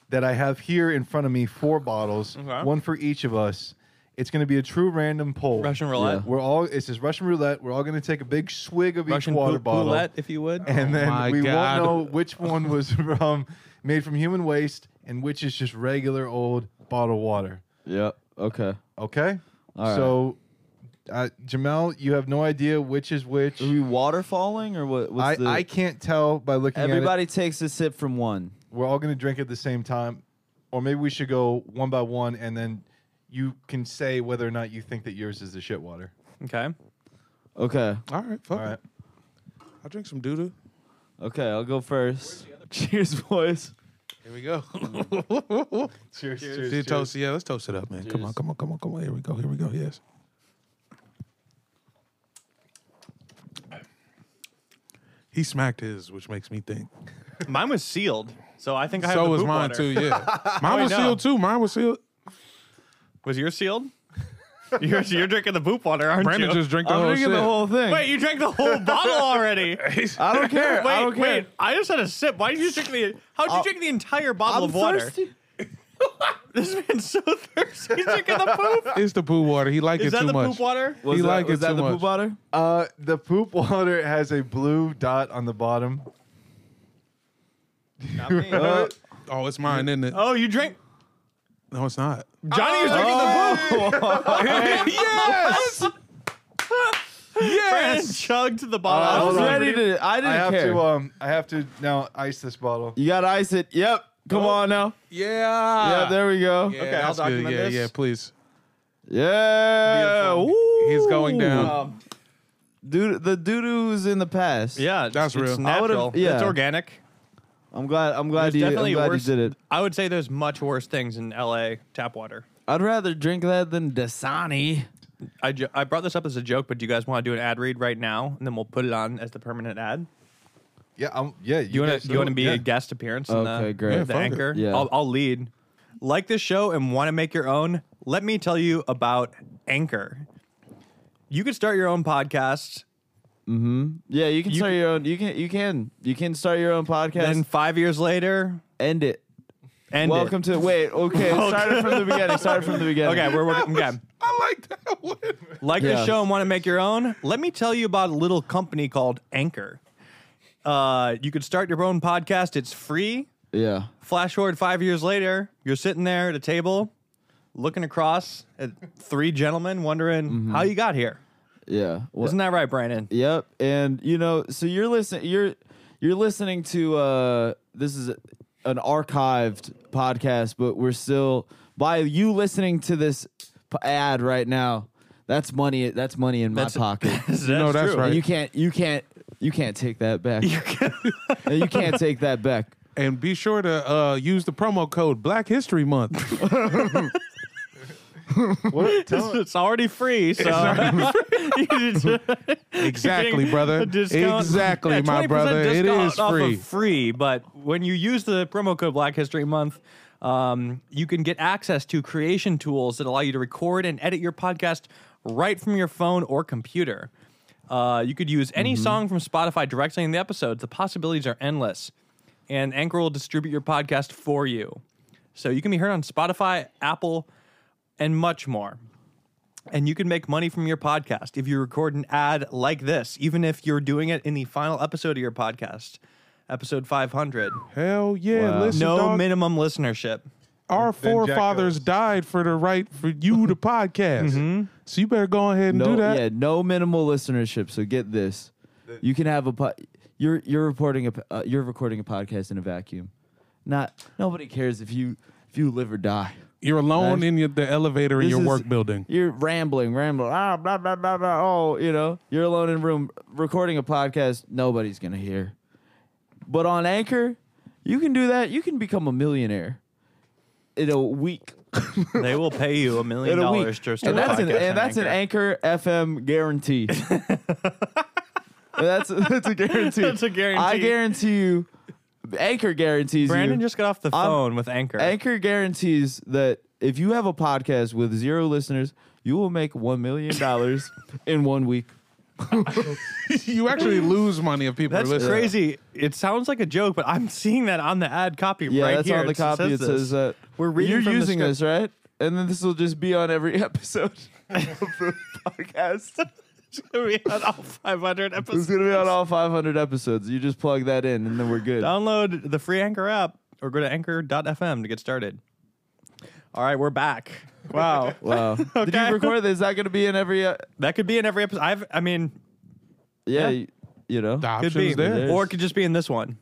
S1: that I have here in front of me four bottles,
S2: Okay.
S1: one for each of us. It's going to be a true random poll.
S2: Russian roulette.
S1: We're all it's this Russian roulette. We're all going to take a big swig of
S2: Russian
S1: each water
S2: pou-
S1: bottle,
S2: roulette, if you
S3: [laughs]
S2: would.
S1: and
S2: Oh
S1: then
S2: my
S1: we
S2: God.
S1: won't know which one was [laughs] from made from human waste and which is just regular old bottled water.
S4: Yep. Okay.
S1: Okay.
S4: All right.
S1: So, uh, Jamel, you have no idea which is which.
S4: Are we waterfalling or what?
S1: I,
S4: What's the,
S1: I can't tell by looking at it.
S4: Everybody takes a sip from one.
S1: We're all going to drink at the same time, or maybe we should go one by one, and then you can say whether or not you think that yours is the shit water.
S2: Okay.
S4: Okay.
S3: All right, fuck
S1: All
S2: [laughs]
S1: right.
S3: it. I'll drink some doo doo.
S4: Okay, I'll go first. Cheers, boys.
S3: Here we [laughs] go.
S1: cheers, cheers,
S3: Dude, toast. Yeah, let's toast it up, man. Come on, come on, come on, come on. Here we go. Here we go. Yes. He smacked his, which makes me think.
S2: Mine was sealed, so I think I have
S3: so
S2: the
S3: was
S2: poop
S3: mine
S2: water.
S3: too.
S2: [laughs]
S3: Yeah, mine
S2: Wait,
S3: was
S2: no.
S3: sealed too. Mine was sealed.
S2: Was yours sealed? [laughs] You're, you're drinking the poop water, aren't
S3: Brandon
S2: you?
S3: just drank the I'm whole drinking the sip. whole thing.
S2: Wait, you drank the whole bottle [laughs] already.
S4: I don't care.
S2: Wait,
S4: I don't care.
S2: wait. I just had a sip. Why did you drink the? How did you drink the entire bottle
S4: I'm
S2: of water?
S4: thirsty.
S2: [laughs] This man's so thirsty. He's drinking the [laughs] poop.
S3: It's the poo water. He liked
S2: Is
S3: it
S2: that
S3: too
S2: the
S3: much.
S2: poop water?
S4: Was
S3: he
S4: that,
S3: liked
S4: was
S3: it
S4: that
S3: too
S4: the
S3: much.
S4: poop water?
S1: Uh, the poop water has a blue dot on the bottom.
S2: Not me.
S4: Uh,
S3: Oh, it's mine, isn't it?
S2: oh, you drank.
S3: No, it's not.
S2: Johnny
S4: Oh.
S2: was drinking
S4: [laughs]
S2: Oh, [laughs]
S3: yes.
S2: the poop. Brandon chugged the bottle.
S4: I
S2: Uh, I
S4: was
S2: was
S1: on.
S4: ready to. I didn't
S1: I have
S4: care.
S1: to. Um, I have to now ice this bottle.
S4: you got to ice it. Yep. Come on now.
S3: Yeah.
S4: yeah, there we go.
S3: Yeah,
S2: Okay, I'll
S3: that's good.
S2: document
S3: Yeah,
S2: this.
S3: yeah, please.
S4: Yeah.
S3: Beautiful.
S4: Woo.
S3: He's going down.
S2: Um,
S4: Dude, the doo-doo's in the past.
S2: yeah,
S3: That's
S2: it's
S3: real.
S4: I would've-
S2: natural.
S4: yeah.
S2: It's organic.
S4: I'm glad. I'm glad
S2: There's
S4: you.
S2: definitely
S4: I'm glad
S2: worse-
S4: you did it.
S2: I would say there's much worse things in LA tap water.
S4: I'd rather drink that than Dasani.
S2: I, ju- I brought this up as a joke, but do you guys want to do an ad read right now, and then we'll put it on as the permanent ad?
S1: Yeah, I'm, yeah.
S2: Do you want
S1: guys
S2: to? You want
S1: do
S2: to
S1: it.
S2: be
S1: Yeah.
S2: a guest appearance? in
S4: Okay,
S2: the,
S4: great. Yeah,
S2: The
S3: fuck it.
S2: anchor.
S4: Yeah.
S2: I'll, I'll lead. Like this show and want to make your own? Let me tell you about Anchor. You could start your own podcast.
S4: Yeah, you can
S2: You
S4: start
S2: can-
S4: your own. You can. You can. You can start your own podcast.
S2: Then five years later,
S4: end it.
S2: end
S4: Welcome
S2: it.
S4: to. Wait. Okay. Start it from the beginning. Start it from the beginning.
S2: Okay, we're working. Okay.
S3: I like that one.
S2: Like
S4: Yeah.
S2: this show and want to make your own? Let me tell you about a little company called Anchor. Uh, you could start your own podcast. It's free.
S4: Yeah.
S2: Flash forward five years later, you're sitting there at a table, looking across at three gentlemen, wondering how you got here.
S4: Yeah. Well,
S2: Isn't that right, Brandon?
S4: Yep. And you know, so you're listening you're you're listening to uh this is an archived podcast, but we're still by you listening to this p- ad right now. That's money that's money in my
S2: That's-
S4: pocket.
S3: No, that's
S4: And
S3: right.
S4: you can't you can't you can't take that back. You can't, you can't take that back.
S3: And be sure to uh, use the promo code Black History Month.
S4: [laughs]
S1: What?
S2: It's,
S1: Tell,
S2: it's already free, so [laughs] You just-
S3: [laughs] Exactly, brother.
S2: a discount.
S3: Exactly,
S2: Yeah,
S3: my
S2: 20%
S3: brother. It
S2: discount
S3: is
S2: off of
S3: free.
S2: free, but when you use the promo code Black History Month, um, you can get access to creation tools that allow you to record and edit your podcast right from your phone or computer. Uh, you could use
S3: Mm-hmm.
S2: any song from Spotify directly in the episodes. The possibilities are endless, and Anchor will distribute your podcast for you, so you can be heard on Spotify, Apple, and much more. and you can make money from your podcast if you record an ad like this, even if you're doing it in the final episode of your podcast, episode 500.
S3: Hell yeah! Listen,
S2: no
S3: dog,
S2: minimum listenership.
S3: our forefathers died for the right for
S2: [laughs]
S3: you to podcast.
S2: Mm-hmm.
S3: So you better go ahead and
S4: no,
S3: do that.
S4: Yeah, no minimal listenership. So get this: you can have a po- you're you're reporting a p- uh, you're recording a podcast in a vacuum. Not nobody cares if you if you live or die.
S3: You're alone in your, the elevator in
S4: This
S3: your
S4: is-
S3: work
S4: [laughs]
S3: building.
S4: You're rambling, rambling. Ah, blah blah blah blah. Oh, you know, you're alone in a room recording a podcast. Nobody's gonna hear. But on Anchor, you can do that. You can become a millionaire in a week.
S2: They will pay you a million
S4: in a
S2: dollars
S4: week.
S2: just to
S4: and
S2: start a
S4: that's, an,
S2: podcast on
S4: and that's an Anchor
S2: [laughs]
S4: FM guarantee. that's that's a guarantee.
S2: That's a guarantee.
S4: I guarantee you. Anchor guarantees.
S2: Brandon
S4: you-
S2: just got off the
S4: I'm-
S2: phone with Anchor.
S4: Anchor guarantees that if you have a podcast with zero listeners, you will make one million
S2: [laughs]
S4: dollars in one week.
S3: you actually lose money if people
S2: That's
S3: are listening.
S2: crazy. It sounds like a joke, but I'm seeing that on the ad copy
S4: Yeah,
S2: right
S4: that's
S2: here.
S4: on the
S2: It
S4: copy.
S2: says
S4: it
S2: this.
S4: says that
S2: We're reading
S4: You're
S2: from the
S4: using
S2: script.
S4: this, right? And then this will just be on every
S2: [laughs]
S4: [laughs] episode of the podcast.
S2: It's gonna be on all 500
S4: It's
S2: episodes.
S4: gonna be on all 500 episodes. You just plug that in, and then we're good.
S2: Download the free Anchor app or go to anchor.fm to get started. All right, we're back. [laughs] Wow.
S4: Wow. [laughs] Did
S2: Okay.
S4: you record this? Is that going to be in every? Uh,
S2: that could be in every episode. I've, I mean,
S4: yeah,
S2: Yeah.
S4: y- you know.
S3: The
S2: could
S3: options
S2: be.
S3: there.
S2: Or it could just be in this one.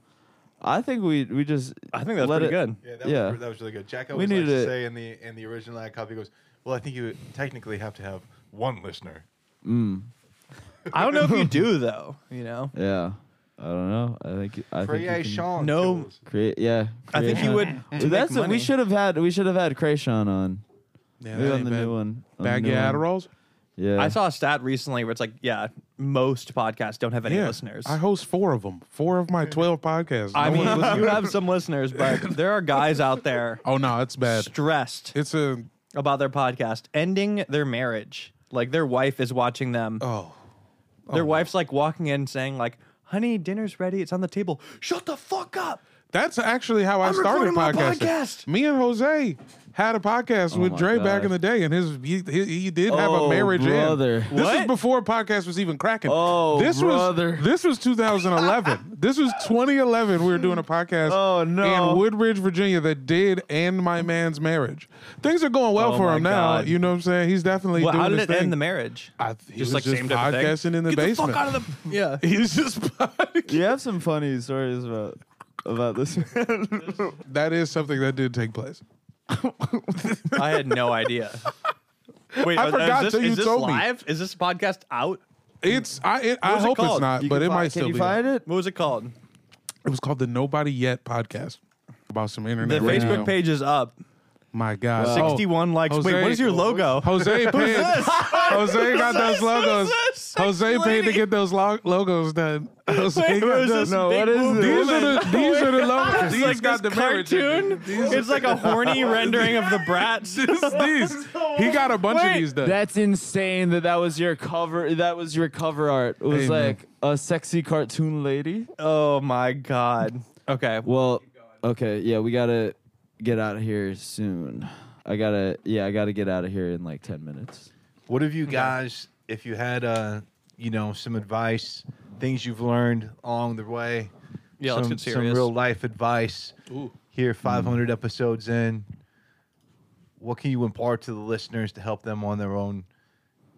S4: I think we we just.
S2: I think that's
S4: let
S2: pretty
S4: it-
S2: good.
S11: Yeah, that, Was, that was really good. Jack always
S4: need
S11: likes to
S4: to-
S11: say in the in the original ad copy he goes, "Well, I think you technically have to have one listener."
S4: Mm,
S2: I don't know if you do, though, you know?
S4: yeah. I don't know. I think I think you can
S11: Creation.
S2: No.
S4: create. Yeah.
S2: I think you
S4: Creation.
S2: would. to make
S4: That's what
S2: money.
S4: we should have had. We should have had Krayshawn on.
S3: Yeah,
S4: Maybe
S3: that
S4: on
S3: ain't
S4: the
S3: bad.
S4: new one. on the
S3: Bag
S4: new
S3: your
S4: one.
S3: Adderalls.
S4: Yeah.
S2: I saw a stat recently where it's like, yeah, most podcasts don't have any listeners.
S3: I host four of them. Four of my twelve podcasts.
S2: I
S3: No
S2: mean,
S3: one's listening.
S2: you have some listeners, but there are guys out there
S3: [laughs] oh no, it's bad.
S2: stressed
S3: It's a
S2: about their podcast ending their marriage. Like their wife is watching them.
S3: oh.
S2: Their wife's like walking in saying like, "Honey, dinner's ready. It's on the table. Shut the fuck up."
S3: That's actually how I
S2: I'm
S3: started
S2: recording my
S3: podcasting.
S2: podcast.
S3: Me and Jose had a podcast
S2: Oh
S3: with
S4: my
S3: Dre back
S4: God.
S3: in the day, and his he, he, he did have a
S4: Oh,
S3: marriage. in.
S4: brother.
S3: This was
S2: What?
S3: before podcast was even cracking.
S4: Oh,
S3: this
S4: brother.
S3: was this was 2011. this was 2011. We were doing a podcast.
S4: Oh, no.
S3: In Woodbridge, Virginia, that did end my man's marriage. Things are going well
S2: Oh,
S3: for
S2: my
S3: him now.
S2: God.
S3: You know what I'm saying? He's definitely
S2: Well,
S3: doing
S2: how did
S3: his
S2: it
S3: thing.
S2: end the marriage?
S3: I,
S2: Just
S3: he was
S2: like
S3: just
S2: same type of thing?
S3: podcasting in the
S2: Get the
S3: basement.
S2: fuck out of
S3: [laughs]
S2: the [laughs] yeah.
S3: he was just podcasting.
S4: You have some funny stories about about this. [laughs]
S3: That is something that did take place.
S2: I had no
S3: [laughs]
S2: idea. Wait,
S3: I
S2: is
S3: forgot
S2: this,
S3: till you
S2: is this
S3: told me.
S2: live? Is this podcast out?
S3: It's I it, I
S2: was it
S3: hope it's
S2: called?
S3: not,
S4: You
S3: but
S4: can
S3: it
S4: fi-
S3: might still
S4: Can you
S3: be.
S4: find it?
S2: [laughs] What was it called?
S3: It was called the Nobody Yet podcast about some
S2: The
S3: internet. radio.
S2: Facebook page is up.
S3: My God, Oh,
S2: 61 likes.
S3: Jose-
S2: Wait, what is your logo?
S3: Jose paid.
S2: this?
S3: Jose got those logos.
S2: this?
S3: Jose
S2: Sexy
S3: paid to
S2: lady?
S3: get those lo- logos done.
S2: [laughs]
S3: Jose
S2: Wait,
S3: got
S2: who is
S3: done.
S2: this
S4: No,
S2: big
S4: what is
S2: boob
S4: this?
S3: These are
S2: woman?
S3: the these are the logos.
S2: It's
S3: These
S2: like
S3: got the
S2: this
S3: marriage. in [laughs]
S2: cartoon.
S3: it.
S2: It's [laughs] like a horny rendering of the brats.
S3: These, these. he got a bunch of
S4: Wait,
S3: these done.
S4: That's insane that that was your cover. That was your cover art. It was
S3: Hey, man.
S4: like a sexy cartoon lady.
S2: [laughs] oh my god. Okay.
S4: Well, okay, yeah, we gotta get out of here soon. I gotta, yeah, I gotta get out of here in like ten minutes.
S11: What have you guys, if you had, uh, you know, some advice, things you've learned along the way?
S2: Yeah,
S11: some,
S2: let's get serious.
S11: Some real life advice. Here,
S4: Hmm.
S11: 500 episodes in. What can you impart [coughs] to the listeners to help them on their own?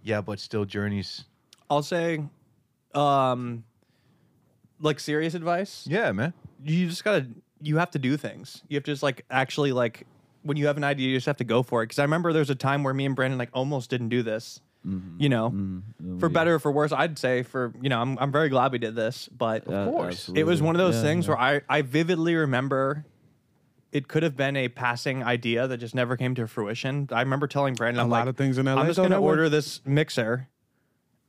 S11: Yeah, but still journeys.
S2: I'll say, um, like serious advice.
S11: Yeah, man.
S2: You just gotta. You have to do things. You have to just like actually like when you have an idea, you just have to go for it. Because I remember there was a time where me and Brandon like almost didn't do this.
S4: Mm-hmm.
S2: You know,
S4: Oh,
S2: for better or for worse, I'd say for you know, I'm I'm very glad we did this, but
S4: Of
S2: it was one of those things where I, I vividly remember it could have been a passing idea that just never came to fruition. I remember telling Brandon,
S3: A
S2: I'm
S3: lot
S2: like,
S3: of things in LA
S2: I'm just
S3: go
S2: going to
S3: that way.
S2: order this mixer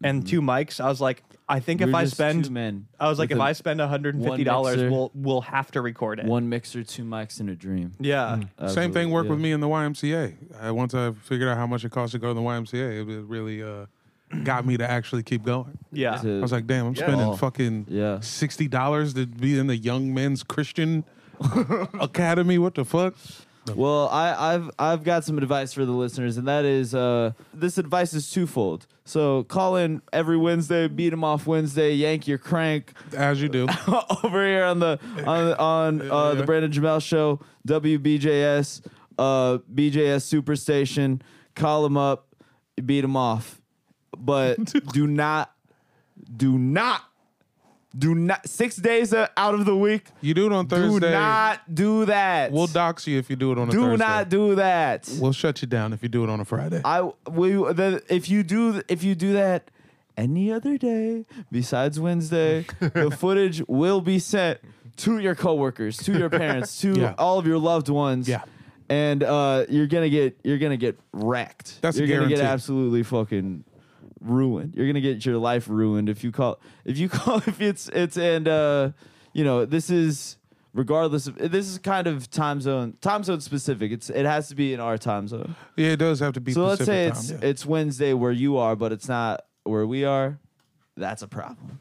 S2: and two mics. I was like, I think if
S4: We're
S2: I
S4: just
S2: spend,
S4: two men
S2: I was like,
S4: with
S2: if
S4: a-
S2: I spend $150,
S4: one mixer.
S2: we'll, we'll have to record it.
S4: One mixer, two mics, and a dream.
S2: yeah.
S3: Same thing
S4: Absolutely,
S3: worked
S4: yeah.
S3: with me in the YMCA. I, once I figured out how much it costs to go to the YMCA, it was really uh, got me to actually keep going.
S2: Yeah.
S4: To-
S3: I was like, damn, I'm
S11: Yeah.
S3: spending
S4: Oh.
S3: fucking
S4: Yeah. [laughs]
S3: sixty dollars to be in the Young Men's Christian Academy. What the fuck?
S4: Well, I, I've I've got some advice for the listeners, and that is uh, this advice is twofold. So call in every Wednesday, beat 'em off Wednesday, yank your crank
S3: as you do
S4: [laughs] over here on the on
S3: [laughs]
S4: on uh, the Brandon Jamel Show, WBJS, uh, BJS Superstation. Call them up, beat them off,
S3: [laughs]
S4: but do not, do not. Do not six days uh, out of the week.
S3: You do it on Thursday.
S4: [laughs] Do not do that.
S3: We'll dox you if you do it on a
S4: do
S3: Thursday.
S4: not do that.
S3: We'll shut you down if you do it on a Friday.
S4: I we the, if you do if you do that any other day besides Wednesday,
S3: [laughs]
S4: the footage will be sent to your coworkers, to your parents, to
S3: Yeah.
S4: all of your loved ones. Yeah. And uh, you're gonna get you're gonna get wrecked.
S3: That's a
S4: you're gonna get
S3: guarantee.
S4: absolutely fucking ruined. You're gonna get your life ruined if you call if you [laughs] call if it's it's and uh you know this is regardless of this is kind of time zone time zone specific. It's it has to be in our time zone.
S3: Yeah, it does have to be.
S4: So let's
S3: Pacific
S4: say
S3: time,
S4: it's
S3: yeah.
S4: it's Wednesday where you are, but it's not where we are. That's a problem.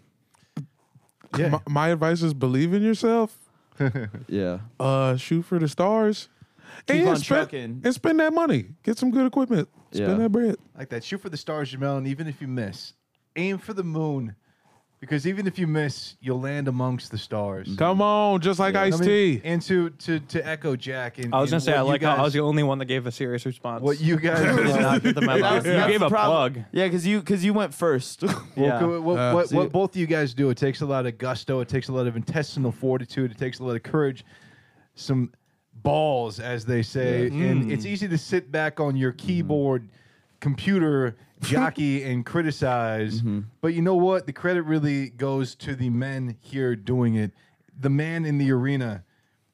S3: My, my advice is believe in yourself.
S4: yeah.
S3: Uh, shoot for the stars.
S1: Keep on
S3: spend,
S1: trucking.
S3: and spend that money. Get some good equipment. Spend
S1: Yeah.
S3: that bread.
S1: Like that. Shoot for the stars, Jamel, and even if you miss, aim for the moon. Because even if you miss, you'll land amongst the stars.
S3: Come on, just like Ice T.
S1: And to, to, to echo Jack. And,
S2: I was gonna
S1: and
S2: say
S1: what
S2: I
S1: you
S2: like how I
S1: guys-
S2: was the only one that gave a serious response.
S1: What you guys
S2: did [laughs] not get the memo.
S1: That was-
S2: You
S1: that's
S2: gave
S1: the
S2: a
S1: problem.
S2: plug.
S4: Yeah, because you because you went [laughs] first.
S1: Well, co- What, what, what both of you guys do, it takes a lot of gusto. It takes a lot of intestinal fortitude. It takes a lot of courage, some balls, as they
S13: Yeah.
S1: say. And
S13: Mm. Mm-hmm.
S1: it's easy to sit back on your keyboard,
S13: [laughs]
S1: computer, jockey, and criticize.
S13: Mm-hmm.
S1: But you know what? The credit really goes to the men here doing it, the man in the arena.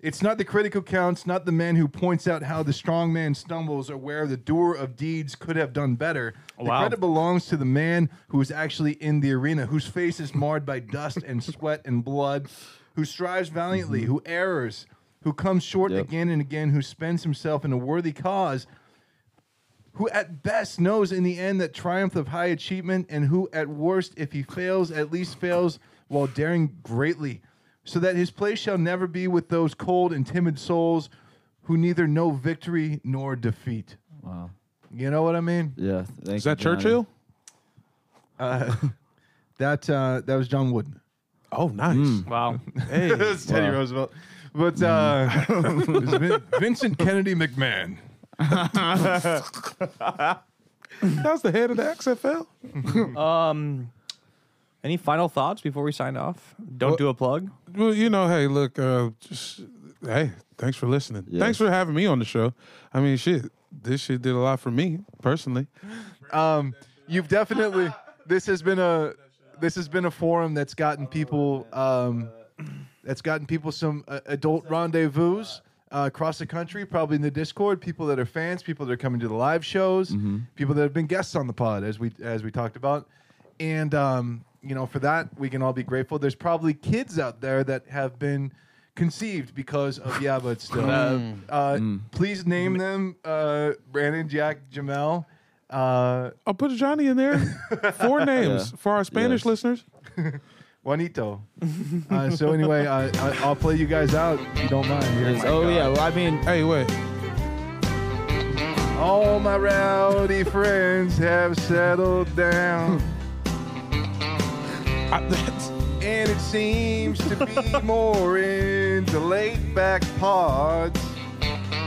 S1: It's not the critic who counts, not the man who points out how the strong man stumbles or where the doer of deeds could have done better. The
S2: Wow.
S1: credit belongs to the man who is actually in the arena, whose face is marred by dust and sweat and blood, who strives valiantly,
S13: Mm-hmm.
S1: who errs, who comes short again and again, who spends himself in a worthy cause, who at best knows in the end that triumph of high achievement, and who at worst, if he fails, at least fails while daring greatly, so that his place shall never be with those cold and timid souls who neither know victory nor defeat.
S4: Wow.
S1: You know what I mean?
S4: Yeah. Thank
S1: Is that
S4: you, Johnny.
S1: Churchill? Uh, that uh, that was John Wooden.
S3: Oh, nice!
S4: Hmm.
S2: Wow,
S1: hey, that was [laughs] Teddy
S13: Wow.
S1: Roosevelt. But uh, [laughs] it was Vin- Vincent Kennedy McMahon.
S3: That was the head of the XFL.
S2: um, any final thoughts before we sign off? Don't do a plug.
S3: Well, you know, hey, look, uh, just hey, thanks for listening. Thanks for having me on the show. I mean, shit, this shit did a lot for me personally.
S1: Um, you've definitely this has been a this has been a forum that's gotten people um, that's gotten people some uh, adult rendezvous uh, across the country, probably in the Discord. People that are fans, people that are coming to the live shows,
S13: Mm-hmm.
S1: people that have been guests on the pod, as we as we talked about, and um, you know for that we can all be grateful. There's probably kids out there that have been conceived because of yeah, but still.
S13: Mm.
S1: Uh,
S13: Mm.
S1: Please name them uh, Brandon, Jack, Jamel. Uh,
S3: I'll put Johnny in there.
S2: [laughs]
S3: Four names for our Spanish
S1: Yes.
S3: listeners.
S1: Juanito. Uh, so anyway, I, I, I'll play you guys out if you don't mind. Here.
S4: Oh, yeah, well, I mean,
S3: hey, wait.
S1: All my rowdy friends have settled
S4: [laughs]
S1: down. and it seems to be more in the laid back pods.
S3: [laughs]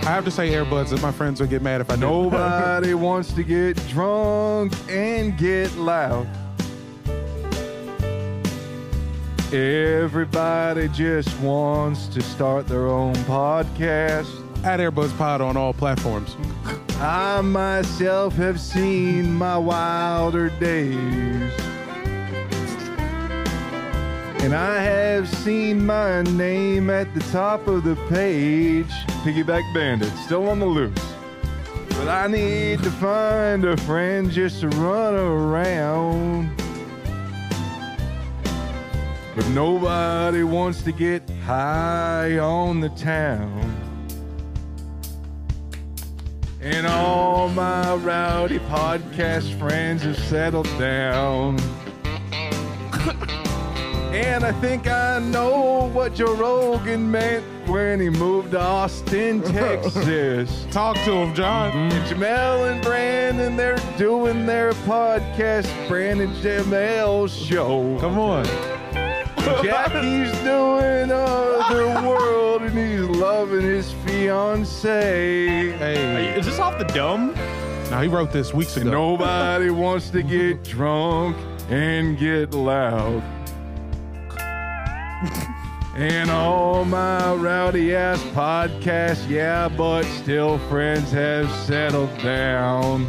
S3: I have to say earbuds, if my friends would get mad if I did.
S4: [laughs]
S1: Nobody wants to get drunk and get loud. Everybody just wants to start their own podcast.
S3: At Airbus Pod on all platforms.
S1: I myself have seen my wilder days. And I have seen my name at the top of the page. Piggyback Bandit, still on the loose. But I need to find a friend just to run around. But nobody wants to get high on the town. And all my rowdy podcast friends have settled down. [coughs] And I think I know what Joe Rogan meant when he moved to Austin, Texas.
S3: Talk to him, John.
S2: Mm.
S1: Mm-hmm. Jamel and Brandon, they're doing their podcast, Brandon Jamel Show.
S3: Come on.
S1: Jackie's doing other world and he's loving his fiance.
S3: Hey.
S2: Is this off the dome?
S3: Now he wrote this weeks ago.
S1: Nobody wants to get drunk and get loud. and all my rowdy ass podcasts, yeah, but still friends have settled down.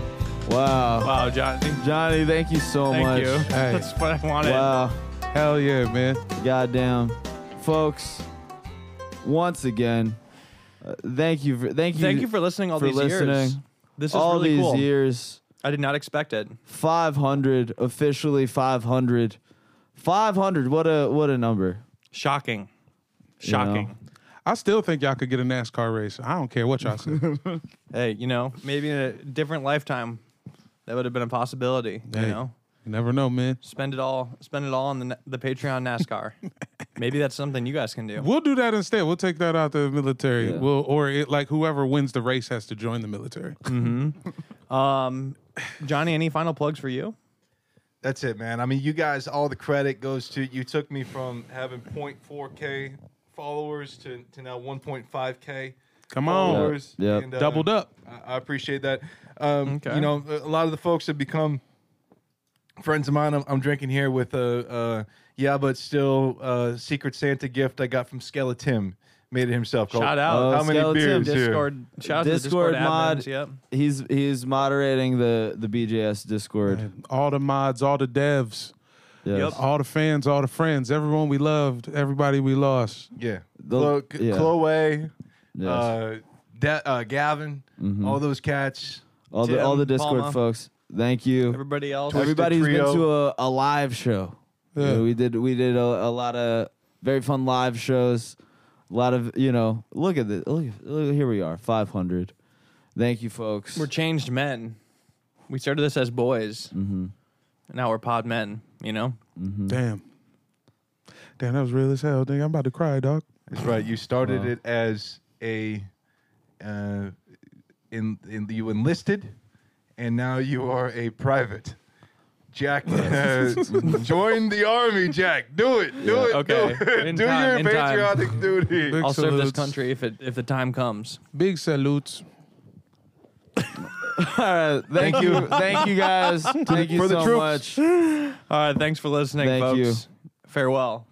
S4: Wow.
S2: Wow, Johnny.
S4: Johnny, thank you so
S2: Thank
S4: much.
S2: you.
S3: Hey.
S2: [laughs] That's what I wanted.
S4: Wow.
S3: Hell yeah, man.
S4: Goddamn. Folks, once again, uh, thank you for thank you
S2: Thank you for listening all
S4: for
S2: these years.
S4: listening.
S2: This is
S4: all
S2: really
S4: these
S2: cool.
S4: years.
S2: I did not expect it.
S4: 500 officially 500 500 what a what a number
S2: Shocking.
S4: you know?
S2: Shocking.
S3: I still think y'all could get a NASCAR race. I don't care what y'all
S2: [laughs]
S3: say.
S2: Hey, you know, maybe in a different lifetime, that would have been a possibility. You
S3: Hey.
S2: know,
S3: You never know, man.
S2: spend it all, spend it all on the na- the Patreon
S4: [laughs]
S2: NASCAR. maybe that's something you guys can do.
S3: We'll do that instead. We'll take that out the military.
S4: Yeah.
S3: We'll or it, like whoever wins the race has to join the military.
S2: Um, Johnny, any final plugs for you?
S11: That's it, man. I mean, you guys, all the credit goes to you. Took me from having 0.4k followers to, to now 1.5k.
S3: Come on.
S11: followers.
S4: Yep.
S11: And, uh,
S3: Doubled up.
S11: I, I appreciate that. Um,
S2: Okay.
S11: You know, a lot of the folks have become friends of mine. I'm, I'm drinking here with a uh, yeah, but still uh, Secret Santa gift I got from Skeletim. Made it himself.
S2: Shout out.
S11: How many
S4: Skeletim
S11: beers here?
S2: Discord, shout out to the
S4: Oh, Discord
S2: Discord
S4: mod.
S2: admins, Yep.
S4: he's he's moderating the the bjs discord
S3: All the mods, all the devs,
S4: yes.
S3: all the fans, all the friends, everyone we loved, everybody we lost.
S11: Yeah.
S4: The-
S11: Chlo-
S4: yeah.
S11: Chloe,
S4: Yes. Mm-hmm.
S11: uh, Da- uh, Gavin, all those cats.
S4: all the all the
S2: Tim,
S4: discord
S2: Palma.
S4: folks thank you
S2: Everybody else.
S4: everybody who's been
S11: trio.
S4: to a, a live show You
S3: Yeah.
S4: know, we did we did a, a lot of very fun live shows a lot of you know look at this look, look here we are 500 thank you folks
S2: We're changed men. We started this as boys. Mm-hmm. Now we're pod men, you know?
S3: Damn. Damn, that was real as hell. Dang, I'm about to cry, dog.
S11: That's right. You started
S2: Uh-huh.
S11: it as a uh, in, in you enlisted, and now you are a private. Jack, uh, join the army, Jack. Do it. Do it.
S2: Okay.
S11: Do, it.
S2: In
S11: do
S2: time, in
S11: your
S2: time.
S11: patriotic duty.
S3: Big
S2: I'll serve this
S3: salutes.
S2: country if it if the time comes.
S3: Big salutes.
S4: All right. Thank you. Thank you guys. Thank you
S11: For the
S4: so
S11: troops.
S4: much.
S2: All right, thanks for listening,
S4: Thank
S2: folks. Farewell.